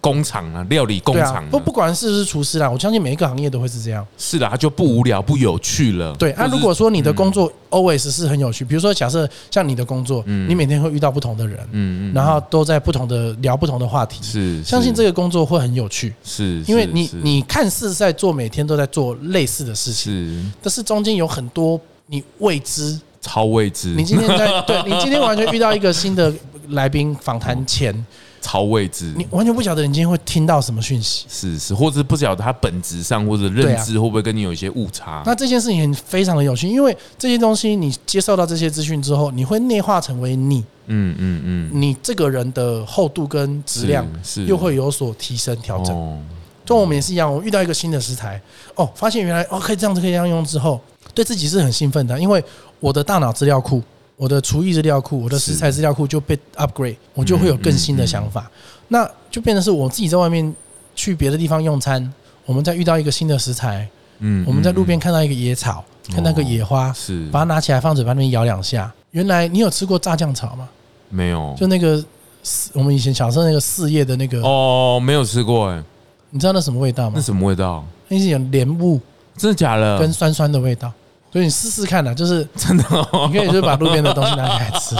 Speaker 1: 工厂啊，料理工
Speaker 2: 对
Speaker 1: 厂
Speaker 2: 啊
Speaker 1: 啊，
Speaker 2: 不不管是不是厨师啦，我相信每一个行业都会是这样。
Speaker 1: 是啦，它就不无聊、不有趣了。
Speaker 2: 对
Speaker 1: 或
Speaker 2: 啊，
Speaker 1: 者
Speaker 2: 如
Speaker 1: 是嗯
Speaker 2: 果说你的工作 always 是很有趣，比如说假设像你的工作，你每天会遇到不同的人，
Speaker 1: 嗯嗯嗯，
Speaker 2: 然后都在不同的聊不同的话题，
Speaker 1: 是
Speaker 2: 相信这
Speaker 1: 个
Speaker 2: 个工作会很有趣，
Speaker 1: 是，
Speaker 2: 因为
Speaker 1: 是
Speaker 2: 你
Speaker 1: 是
Speaker 2: 你看似在做每天都在做类似的事情，
Speaker 1: 是
Speaker 2: 但是中间有很多你未知。
Speaker 1: 超位置，
Speaker 2: 你今天 在对你今天完全遇到一个新的来宾访谈
Speaker 1: 嗯
Speaker 2: 前，
Speaker 1: 超位置，
Speaker 2: 你完全不晓得你今天会听到什么讯息。
Speaker 1: 是是，或者不晓得他本质上或者
Speaker 2: 对
Speaker 1: 认
Speaker 2: 啊
Speaker 1: 知会不会跟你有一些误差？
Speaker 2: 那这件事情非常的有趣，因为这些东西你接受到这些资讯之后，你会内化成为你，
Speaker 1: 嗯嗯嗯，
Speaker 2: 你这个人的厚度跟质量
Speaker 1: 是是
Speaker 2: 又会有所提升调整。
Speaker 1: 哦，
Speaker 2: 就我们也是一样，我遇到一个新的食材，哦，发现原来哦可以这样子可以这样用之后，对自己是很兴奋的，啊因为我的大脑资料库、我的厨艺资料库、我的
Speaker 1: 是嗯
Speaker 2: 食材资料库就被 upgrade，我就会有更新的想法，那就变成是我自己在外面去别的地方用餐，我们再遇到一个新的食材，
Speaker 1: 嗯
Speaker 2: 我们在路边
Speaker 1: 嗯
Speaker 2: 看到一个野草，看到一个野花
Speaker 1: 嗯，是
Speaker 2: 把它拿起来放嘴巴那边咬两下。原来你有吃过炸酱草吗？
Speaker 1: 嗯没有
Speaker 2: 就那个四我们以前小时候那个四叶的那个，
Speaker 1: 哦，没有吃过哎，
Speaker 2: 你知道那什么味道
Speaker 1: 那
Speaker 2: 吗？
Speaker 1: 什么味道？
Speaker 2: 那是有莲雾
Speaker 1: 真的假的？
Speaker 2: 跟酸酸的味道，所以你试试看呐，就是
Speaker 1: 真的哦
Speaker 2: 你， 可以就是把路边的东西拿起来吃。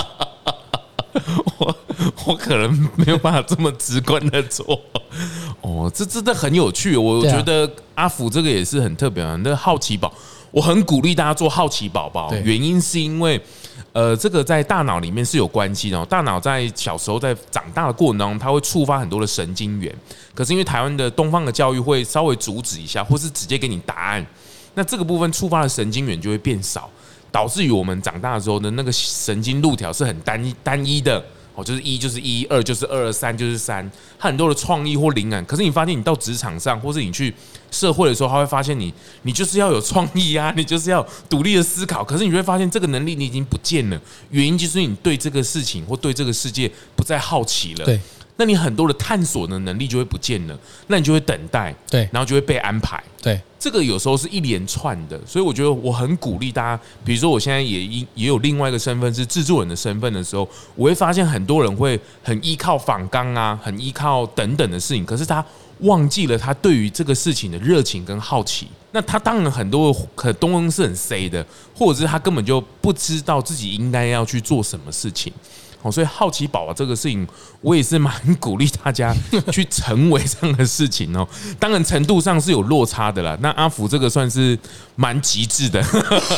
Speaker 1: 我我可能没有办法这么直观的做。哦，这真的很有趣，我
Speaker 2: 对啊
Speaker 1: 觉得阿福这个也是很特别啊。那好奇宝，我很鼓励大家做好奇宝宝，
Speaker 2: 对
Speaker 1: 原因是因为。呃，这个在大脑里面是有关系的、哦。大脑在小时候在长大的过程当中，它会触发很多的神经元。可是因为台湾的东方的教育会稍微阻止一下，或是直接给你答案，那这个部分触发的神经元就会变少，导致于我们长大之后的那个神经路条是很单一单一的。哦，就是一就是一，二就是二，三就是三，它很多的创意或灵感。可是你发现，你到职场上，或是你去社会的时候，他会发现你，你就是要有创意啊， 你就是要独立的思考。可是你会发现，这个能力你已经不见了，原因就是你对这个事情或对这个世界不再好奇了。
Speaker 2: 对
Speaker 1: 那你很多的探索的能力就会不见了，那你就会等待，
Speaker 2: 对
Speaker 1: 然后就会被安排。
Speaker 2: 对，
Speaker 1: 这个有时候是一连串的，所以我觉得我很鼓励大家，比如说我现在也一也有另外一个身份是制作人的身份的时候，我会发现很多人会很依靠仿纲啊，很依靠等等的事情，可是他忘记了他对于这个事情的热情跟好奇。那他当然很多很东东是很 C 的，或者是他根本就不知道自己应该要去做什么事情。哦，所以好奇宝宝这个事情，我也是蛮鼓励大家去成为这样的事情哦。当然程度上是有落差的啦。那阿福这个算是蛮极致的，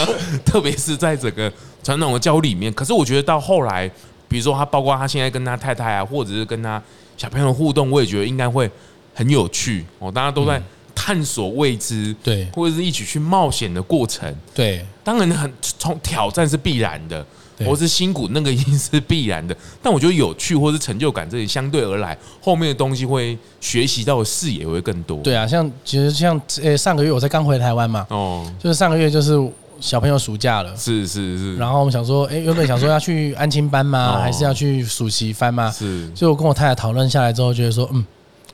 Speaker 1: 特别是在整个传统的教育里面。可是我觉得到后来，比如说他，包括他现在跟他太太啊，或者是跟他小朋友的互动，我也觉得应该会很有趣哦。大家都在探索未知，
Speaker 2: 对
Speaker 1: 或者是一起去冒险的过程。
Speaker 2: 对
Speaker 1: 当然很从挑战是必然的，
Speaker 2: 对
Speaker 1: 或是辛苦那个一定是必然的。 但我觉得有趣或是成就感，这里相对而来，后面的东西会学习到的视野会更多。
Speaker 2: 对啊，像其实像呃上个月我才刚回台湾嘛，
Speaker 1: 哦，
Speaker 2: 就是上个月就是小朋友暑假了。
Speaker 1: 是是是，
Speaker 2: 然后我们想说，哎，原本想说要去安亲班吗？
Speaker 1: 哦
Speaker 2: 还是要去暑期班吗？
Speaker 1: 是
Speaker 2: 所以我跟我太太讨论下来之后，觉得说，嗯，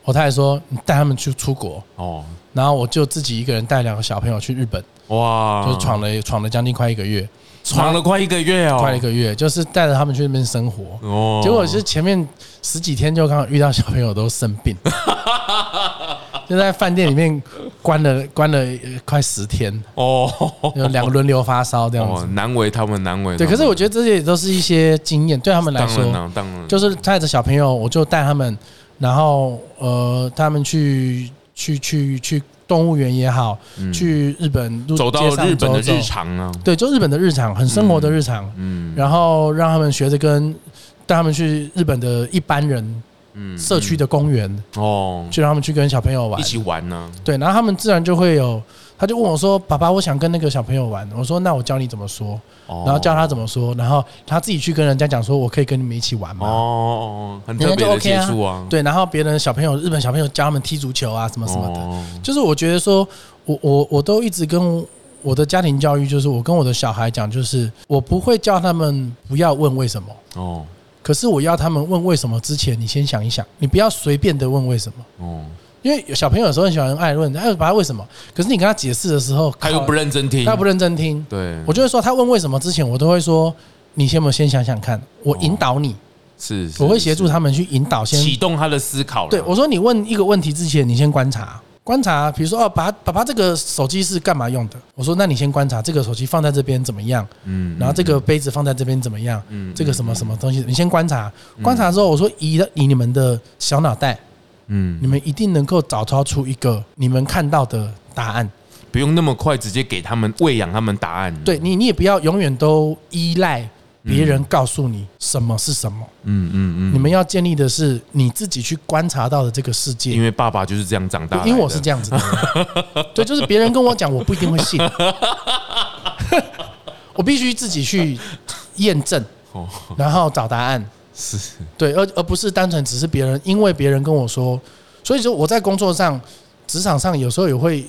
Speaker 2: 我太太说你带他们去出国，
Speaker 1: 哦
Speaker 2: 然后我就自己一个人带两个小朋友去日本，
Speaker 1: 哇，
Speaker 2: 就是闯了、闯了将近快一个月。
Speaker 1: 闯了快一个月哦，
Speaker 2: 快一个月，就是带着他们去那边生活。
Speaker 1: 哦
Speaker 2: 结果是前面十几天就刚好遇到小朋友都生 病，就在饭店里面关了关了呃快十天，
Speaker 1: 哦
Speaker 2: 有两个轮流发烧这样
Speaker 1: 哦
Speaker 2: 子。，
Speaker 1: 难为他们，难为
Speaker 2: 对，
Speaker 1: 他
Speaker 2: 可
Speaker 1: 们
Speaker 2: 是我觉得这些也都是一些经验，对他们来
Speaker 1: 当然
Speaker 2: 说，
Speaker 1: 啦，当然
Speaker 2: 就是带着小朋友，我就带他们，然后呃，他们去去去去动物园也好，去日本路
Speaker 1: 嗯走到
Speaker 2: 街上
Speaker 1: 日本的
Speaker 2: 走走
Speaker 1: 日常啊，
Speaker 2: 对，就日本的日常，很生活的日常，
Speaker 1: 嗯
Speaker 2: 然后让他们学着跟带他们去日本的一般人
Speaker 1: 嗯
Speaker 2: 社区的公园，
Speaker 1: 哦，
Speaker 2: 就让他们去跟小朋友玩
Speaker 1: 一，起玩啊呢，
Speaker 2: 对，然后他们自然就会有。他就问我说：“爸爸，我想跟那个小朋友玩。”我说：“那我教你怎么说，然
Speaker 1: 然
Speaker 2: 后教他怎么说，然后他自己去跟人家讲说，我可以跟你们一起玩吗？”
Speaker 1: 哦，很
Speaker 2: 人
Speaker 1: 特
Speaker 2: 家
Speaker 1: 别
Speaker 2: 就
Speaker 1: 的
Speaker 2: OK
Speaker 1: 接
Speaker 2: 啊
Speaker 1: 触啊，
Speaker 2: 对，然后别人的小朋友，日本小朋友教他们踢足球啊，什么什么的。
Speaker 1: 哦，
Speaker 2: 就是我觉得说，我我我都一直跟我的家庭教育，就是我跟我的小孩讲，就是我不会叫他们不要问为什么，
Speaker 1: 哦
Speaker 2: 可是我要他们问为什么之前，你先想一想，你不要随便的问为什么，
Speaker 1: 哦，
Speaker 2: 因为有小朋友有时候很喜欢爱问，哎，爸爸为什么？可是你跟他解释的时候，
Speaker 1: 他又不
Speaker 2: 认，
Speaker 1: 认真听，
Speaker 2: 他不认真听。
Speaker 1: 对，
Speaker 2: 我就会说，他问为什么之前，我都会说，你先不先想想看，我引导你，
Speaker 1: 是，是
Speaker 2: 我会协助
Speaker 1: 哦是
Speaker 2: 他们去引导，先
Speaker 1: 启动他的思考啦，
Speaker 2: 对，我说你问一个问题之前，你先观察，观察，比如说哦，爸爸爸这个手机是干嘛用的？我说那你先观察这个手机放在这边怎么样，
Speaker 1: 嗯，嗯
Speaker 2: 然后这个杯子放在这边怎么样，
Speaker 1: 嗯
Speaker 2: 这个什么什么东西，你先观察，观察之后，我说以以你们的小脑袋，
Speaker 1: 嗯
Speaker 2: 你，们一定能够找到出一个你们看到的答案。
Speaker 1: 不用那么快直接给他们喂养他们答案，
Speaker 2: 对你，你也不要永远都依赖别人告诉你什么是什么，
Speaker 1: 嗯，嗯嗯
Speaker 2: 你们要建立的是你自己去观察到的这个世界
Speaker 1: 因。为爸爸就是这样长大来的，
Speaker 2: 因为我是这样子的 人，对，就是别人跟我讲，我不一定会信，我必须自己去验证，
Speaker 1: 哦，
Speaker 2: 然后找答案，
Speaker 1: 是
Speaker 2: 对，而而不是单纯只是别人，因为别人跟我说，所以说我在工作上、职场上有时候也会，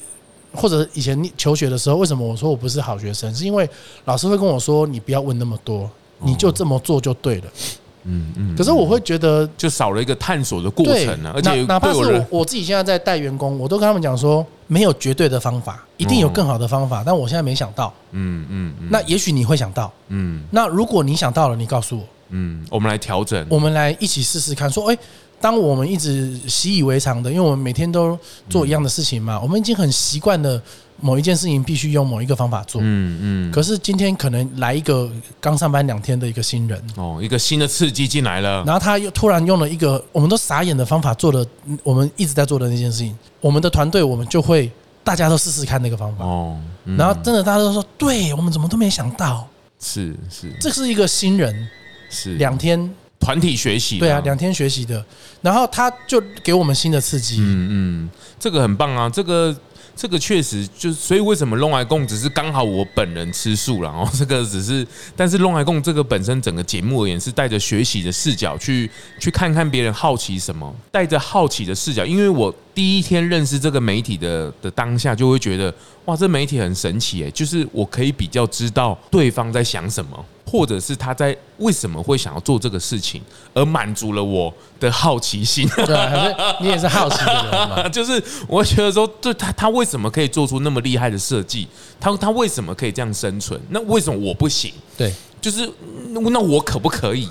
Speaker 2: 或者以前求学的时候，为什么我说我不是好学生，是因为老师会跟我说，你不要问那么多，你就这么做就对了。
Speaker 1: 嗯哦嗯，
Speaker 2: 可是我会觉得
Speaker 1: 就少了一个探索的过
Speaker 2: 对，
Speaker 1: 程啊，
Speaker 2: 哪
Speaker 1: 而且
Speaker 2: 哪怕
Speaker 1: 对
Speaker 2: 是
Speaker 1: 我的
Speaker 2: 我我自己现在在带员工，我都跟他们讲说，没有绝对的方法，一定有更好的方法，但我现在没想到。
Speaker 1: 嗯嗯哦嗯，
Speaker 2: 那也许你会想到，
Speaker 1: 嗯
Speaker 2: 那如果你想到了，你告诉我，
Speaker 1: 嗯，我们来调整，
Speaker 2: 我们来一起试试看。说，哎、当我们一直习以为常的，因为我们每天都做一样的事情
Speaker 1: 嗯
Speaker 2: 嘛，我们已经很习惯了某一件事情必须用某一个方法做。
Speaker 1: 嗯嗯，
Speaker 2: 可是今天可能来一个刚上班两天的一个新人，
Speaker 1: 哦，一个新的刺激进来了，
Speaker 2: 然后他又突然用了一个我们都傻眼的方法做了嗯我们一直在做的那件事情，我们的团队我们就会大家都试试看那个方法，
Speaker 1: 哦，嗯
Speaker 2: 然后真的大家都说，对我们怎么都没想到，
Speaker 1: 是是
Speaker 2: 这是一个新人
Speaker 1: 是
Speaker 2: 两天，
Speaker 1: 团体学习，
Speaker 2: 对啊，两天学习的，然后他就给我们新的刺激，
Speaker 1: 嗯嗯，这个很棒啊，这个。这个确实就是，所以为什么弄来贡只是刚好我本人吃素啦，然哦 后这个只是，但是弄来贡这个本身整个节目而言是带着学习的视角去去看看别人好奇什么，带着好奇的视角，因为我第一天认识这个媒体的的当下，就会觉得哇，这媒体很神奇诶，就是我可以比较知道对方在想什么，或者是他在为什么会想要做这个事情，而满足了我的好奇心。
Speaker 2: 对啊，可是你也是好奇的人嘛，
Speaker 1: 啊， 就是我觉得说，对他他为什么可以做出那么厉害的设计？他他为什么可以这样生存？那为什么我不行？
Speaker 2: 对，
Speaker 1: 就是嗯那我可不可以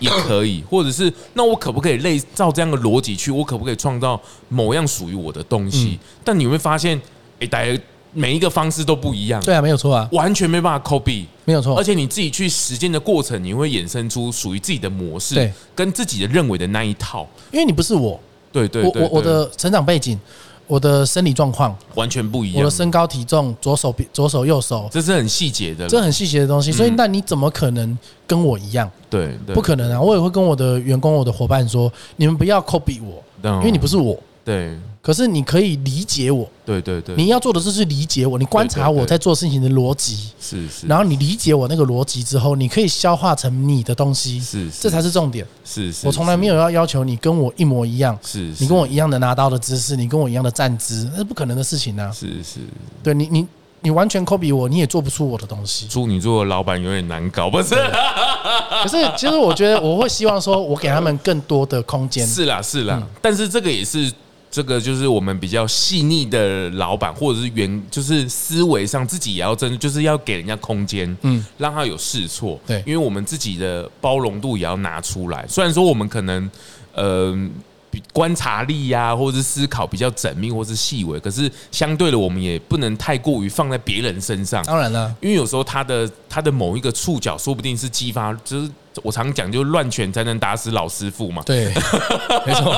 Speaker 1: 也也可以，或者是那我可不可以类照这样的逻辑去，我可不可以创造某样属于我的东
Speaker 2: 嗯
Speaker 1: 西？但你会发现，哎，大家每一个方式都不一样，
Speaker 2: 对啊，哦没有错啊，
Speaker 1: 完全没办法 copy。
Speaker 2: 没有错
Speaker 1: 而，且你自己去实践的过程，你会衍生出属于自己的模式
Speaker 2: 对，
Speaker 1: 跟自己的认为的那一套。
Speaker 2: 因为你不是我，
Speaker 1: 对对
Speaker 2: 我
Speaker 1: 对
Speaker 2: 我我的成长背景，我的生理状况，
Speaker 1: 对完全不一样。
Speaker 2: 我的身高体重，左手比左手右手。
Speaker 1: 这是很细节的了，
Speaker 2: 这很细节的东西，所以那你怎么可能跟我一样？
Speaker 1: 对，对
Speaker 2: 不可能啊！我也会跟我的员工、我的伙伴说，你们不要 copy 我，
Speaker 1: 嗯
Speaker 2: 因为你不是我。
Speaker 1: 对
Speaker 2: 可是你可以理解我，
Speaker 1: 对对对，
Speaker 2: 你要做的就是理解我，你观察
Speaker 1: 对对
Speaker 2: 我
Speaker 1: 对
Speaker 2: 在做事情的逻辑，
Speaker 1: 是是，
Speaker 2: 然后你理解我那个逻辑之后，你可以消化成你的东西，
Speaker 1: 是是
Speaker 2: 这才是重点。
Speaker 1: 是是，
Speaker 2: 我从来没有要要求你跟我一模一样，
Speaker 1: 是，是
Speaker 2: 你跟我一样的拿刀的姿势，你跟我一样的站姿，那是不可能的事情啊！
Speaker 1: 是是，
Speaker 2: 对你，你你完全 copy 我，你也做不出我的 东西。
Speaker 1: 处女座的老板有点难搞，不是？
Speaker 2: 可是，其实我觉得我会希望说，我给他们更多的空间。
Speaker 1: 是啦是啦，但是这个也是这个就是我们比较细腻的老板或者是员，就是思维上自己也要真，就是要给人家空间，嗯，让他有试错，
Speaker 2: 对
Speaker 1: 因为我们自己的包容度也要拿出来。虽然说我们可能，呃。比观察力呀、或者是思考比较缜密，或是细微，可是相对的，我们也不能太过于放在别人身上。
Speaker 2: 当然了，
Speaker 1: 因为有时候他的他的某一个触角，说不定是激发，就是我常讲，就是乱拳才能打死老师傅嘛。
Speaker 2: 对， 没错，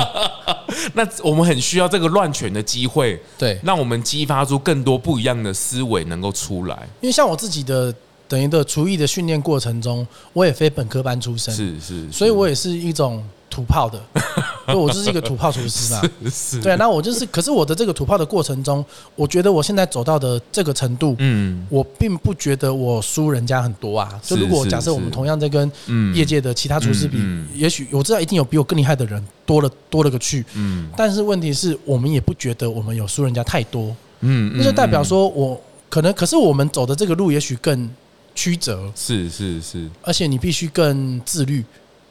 Speaker 1: 那我们很需要这个乱拳的机会，
Speaker 2: 对。
Speaker 1: 让我们激发出更多不一样的思维能够出来。
Speaker 2: 因为像我自己的等于的厨艺的训练过程中，我也非本科班出身，
Speaker 1: 是是，
Speaker 2: 所以我也是一种土 炮的，所以我就是一个土炮厨师嘛。
Speaker 1: 是是，
Speaker 2: 对，那我就是，可是我的这个土炮的过程中，我觉得我现在走到的这个程度，
Speaker 1: 嗯，
Speaker 2: 我并不觉得我输人家很多啊。就是如果
Speaker 1: 是
Speaker 2: 假设我们
Speaker 1: 是
Speaker 2: 同样在跟
Speaker 1: 嗯
Speaker 2: 业界的其他厨师比，
Speaker 1: 嗯嗯
Speaker 2: 也许我知道一定有比我更厉害的人多了多了个去，
Speaker 1: 嗯
Speaker 2: 但是问题是我们也不觉得我们有输人家太多，
Speaker 1: 嗯，
Speaker 2: 那就代表说我可能，可是我们走的这个路也许更曲折，
Speaker 1: 是是是，
Speaker 2: 而且你必须更自律，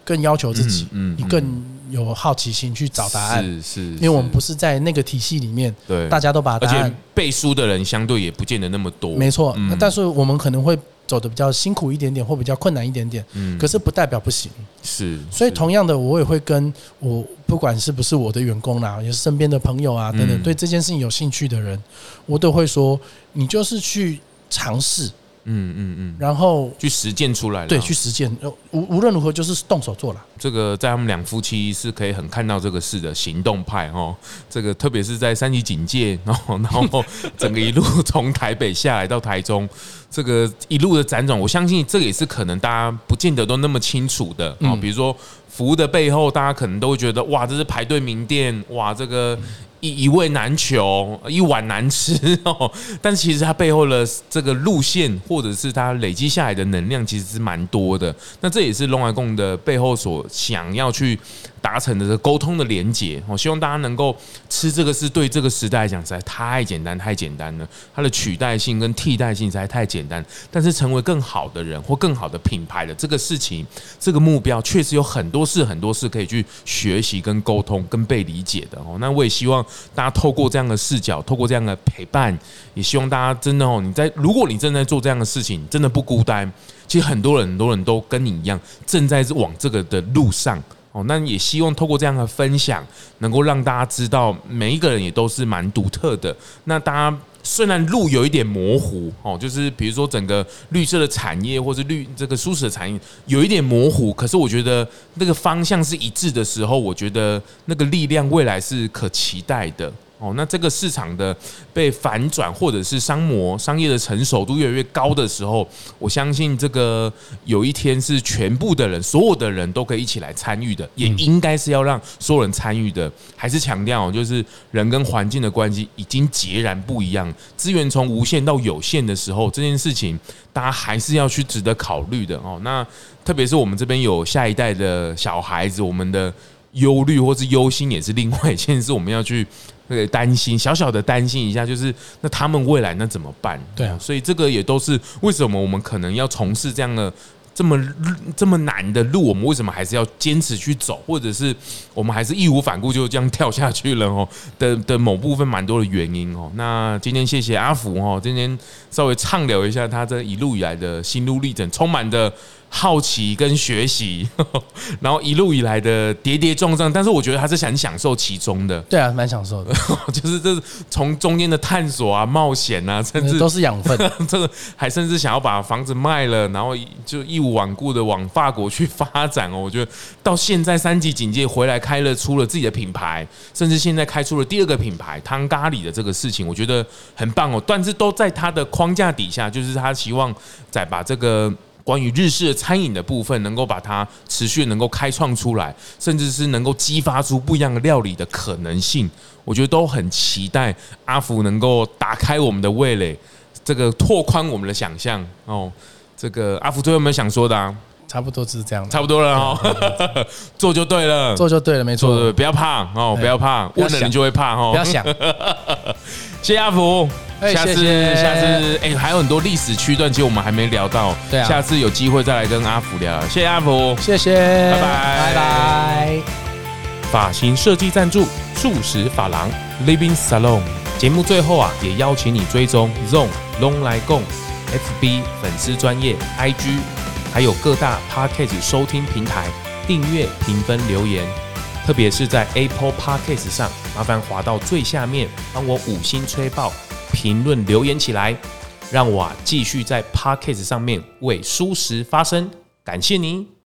Speaker 2: 更要求自己，
Speaker 1: 嗯嗯
Speaker 2: 你更有好奇心去找答案，
Speaker 1: 是是，
Speaker 2: 因为我们不
Speaker 1: 是
Speaker 2: 是在那个体系里面，
Speaker 1: 对
Speaker 2: 大，家都把
Speaker 1: 而
Speaker 2: 答
Speaker 1: 且
Speaker 2: 案
Speaker 1: 背书的人相对也不见得那么多，
Speaker 2: 没错，
Speaker 1: 嗯
Speaker 2: 那但是我们可能会走的比较辛苦一点点，或比较困难一点点，
Speaker 1: 嗯
Speaker 2: 可是不代表不行。
Speaker 1: 是，
Speaker 2: 所以
Speaker 1: 是
Speaker 2: 同样的，我也会跟我不管是不是我的员工啦，也是身边的朋友啊等等，
Speaker 1: 嗯
Speaker 2: 对这件事情有兴趣的人，我都会说，你就是去尝试，
Speaker 1: 嗯嗯嗯，啊
Speaker 2: 然后
Speaker 1: 去实践出来了，
Speaker 2: 对去实践，呃无无论如何就是动手做了。
Speaker 1: 这个在他们两夫妻是可以很看到这个事的行动派哦。这个特别是在三级警戒，哦然后然后整个一路从台北下来到台中，这个一路的辗转，我相信这也是可能大家不见得都那么清楚的啊、哦。比如说服务的背后，大家可能都会觉得哇，这是排队名店，哇，这个。一一味难求，一碗难吃哦。 但其实它背后的这个路线，或者是它累积下来的能量，其实是蛮多的。那这也是龙来共的背后所想要去达成的这个沟通的连接。我、希望大家能够吃这个是对这个时代来讲实在太简单，太简单了。它的取代性跟替代性实在太简单，但是成为更好的人或更好的品牌的这个事情，这个目标确实有很多事，很多事可以去学习、跟沟通、跟被理解的哦。那我也希望大家透过这样的视角，透过这样的陪伴，也希望大家真的哦，你在如果你正在做这样的事情，真的不孤单。其实很多人，很多人都跟你一样，正在往这个的路上。哦，那也希望透过这样的分享，能够让大家知道，每一个人也都是蛮独特的。那大家虽然路有一点模糊，哦，就是比如说整个绿色的产业或是绿这个舒适的产业有一点模糊，可是我觉得那个方向是一致的时候，我觉得那个力量未来是可期待的。哦，那这个市场的被反转，或者是商模商业的成熟度越来越高的时候，我相信这个有一天是全部的人，所有的人都可以一起来参与的，也应该是要让所有人参与的。还是强调哦，就是人跟环境的关系已经截然不一样，资源从无限到有限的时候，这件事情大家还是要去值得考虑的哦。那特别是我们这边有下一代的小孩子，我们的忧虑或是忧心也是另外一件事，我们要去那个担心，小小的担心一下，就是那他们未来那怎么办？
Speaker 2: 对啊
Speaker 1: 所以这个也都是为什么我们可能要从事这样的。这么这么难的路，我们为什么还是要坚持去走，或者是我们还是义无反顾就这样跳下去了哦？的的某部分蛮多的原因哦。那今天谢谢阿福哦，今天稍微畅聊一下他这一路以来的心路历程，充满的好奇跟学习，然后一路以来的跌跌撞撞，但是我觉得他是很享受其中的，
Speaker 2: 对啊，蛮享受的，
Speaker 1: 就是这从中间的探索啊、冒险啊，甚至
Speaker 2: 都是养 分。
Speaker 1: 这个还甚至想要把房子卖了，然后就义无反顾的往法国去发展哦。我觉得到现在三级警戒回来开了出了自己的品牌，甚至现在开出了第二个品牌汤咖喱的这个事情，我觉得很棒哦。但是都在他的框架底下，就是他希望再把这个。关于日式的餐饮的部分，能够把它持续能够开创出来，甚至是能够激发出不一样的料理的可能性，我觉得都很期待阿福能够打开我们的味蕾，这个拓宽我们的想象哦。这个阿福最后有没有想说的啊？
Speaker 2: 差不多就是这样，
Speaker 1: 差不多了 哦，做就对了，
Speaker 2: 做就对了，没
Speaker 1: 做
Speaker 2: 错
Speaker 1: 就。对，不要怕哦，
Speaker 2: 哎
Speaker 1: 不要怕，
Speaker 2: 要
Speaker 1: 问了你
Speaker 2: 想
Speaker 1: 就会怕哦
Speaker 2: 不。要想，
Speaker 1: 谢谢阿福，
Speaker 2: 哎
Speaker 1: 下次
Speaker 2: 谢谢
Speaker 1: 下次哎，还有很多历史区段，其实我们还没聊到，
Speaker 2: 对啊
Speaker 1: 下次有机会再来跟阿福聊。谢谢阿福，
Speaker 2: 谢谢，
Speaker 1: 拜拜
Speaker 2: 拜拜。
Speaker 1: 发型设计赞助，素食法郎 Living Salon。节目最后啊，也邀请你追踪 Zone Long 来共 FB 粉丝专业 IG，还有各大 Podcast 收听平台订阅、评分、留言，特别是在 Apple Podcast 上，麻烦滑到最下面，帮我五星吹爆，评论留言起来，让我啊继续在 Podcast 上面为舒适发声。感谢您。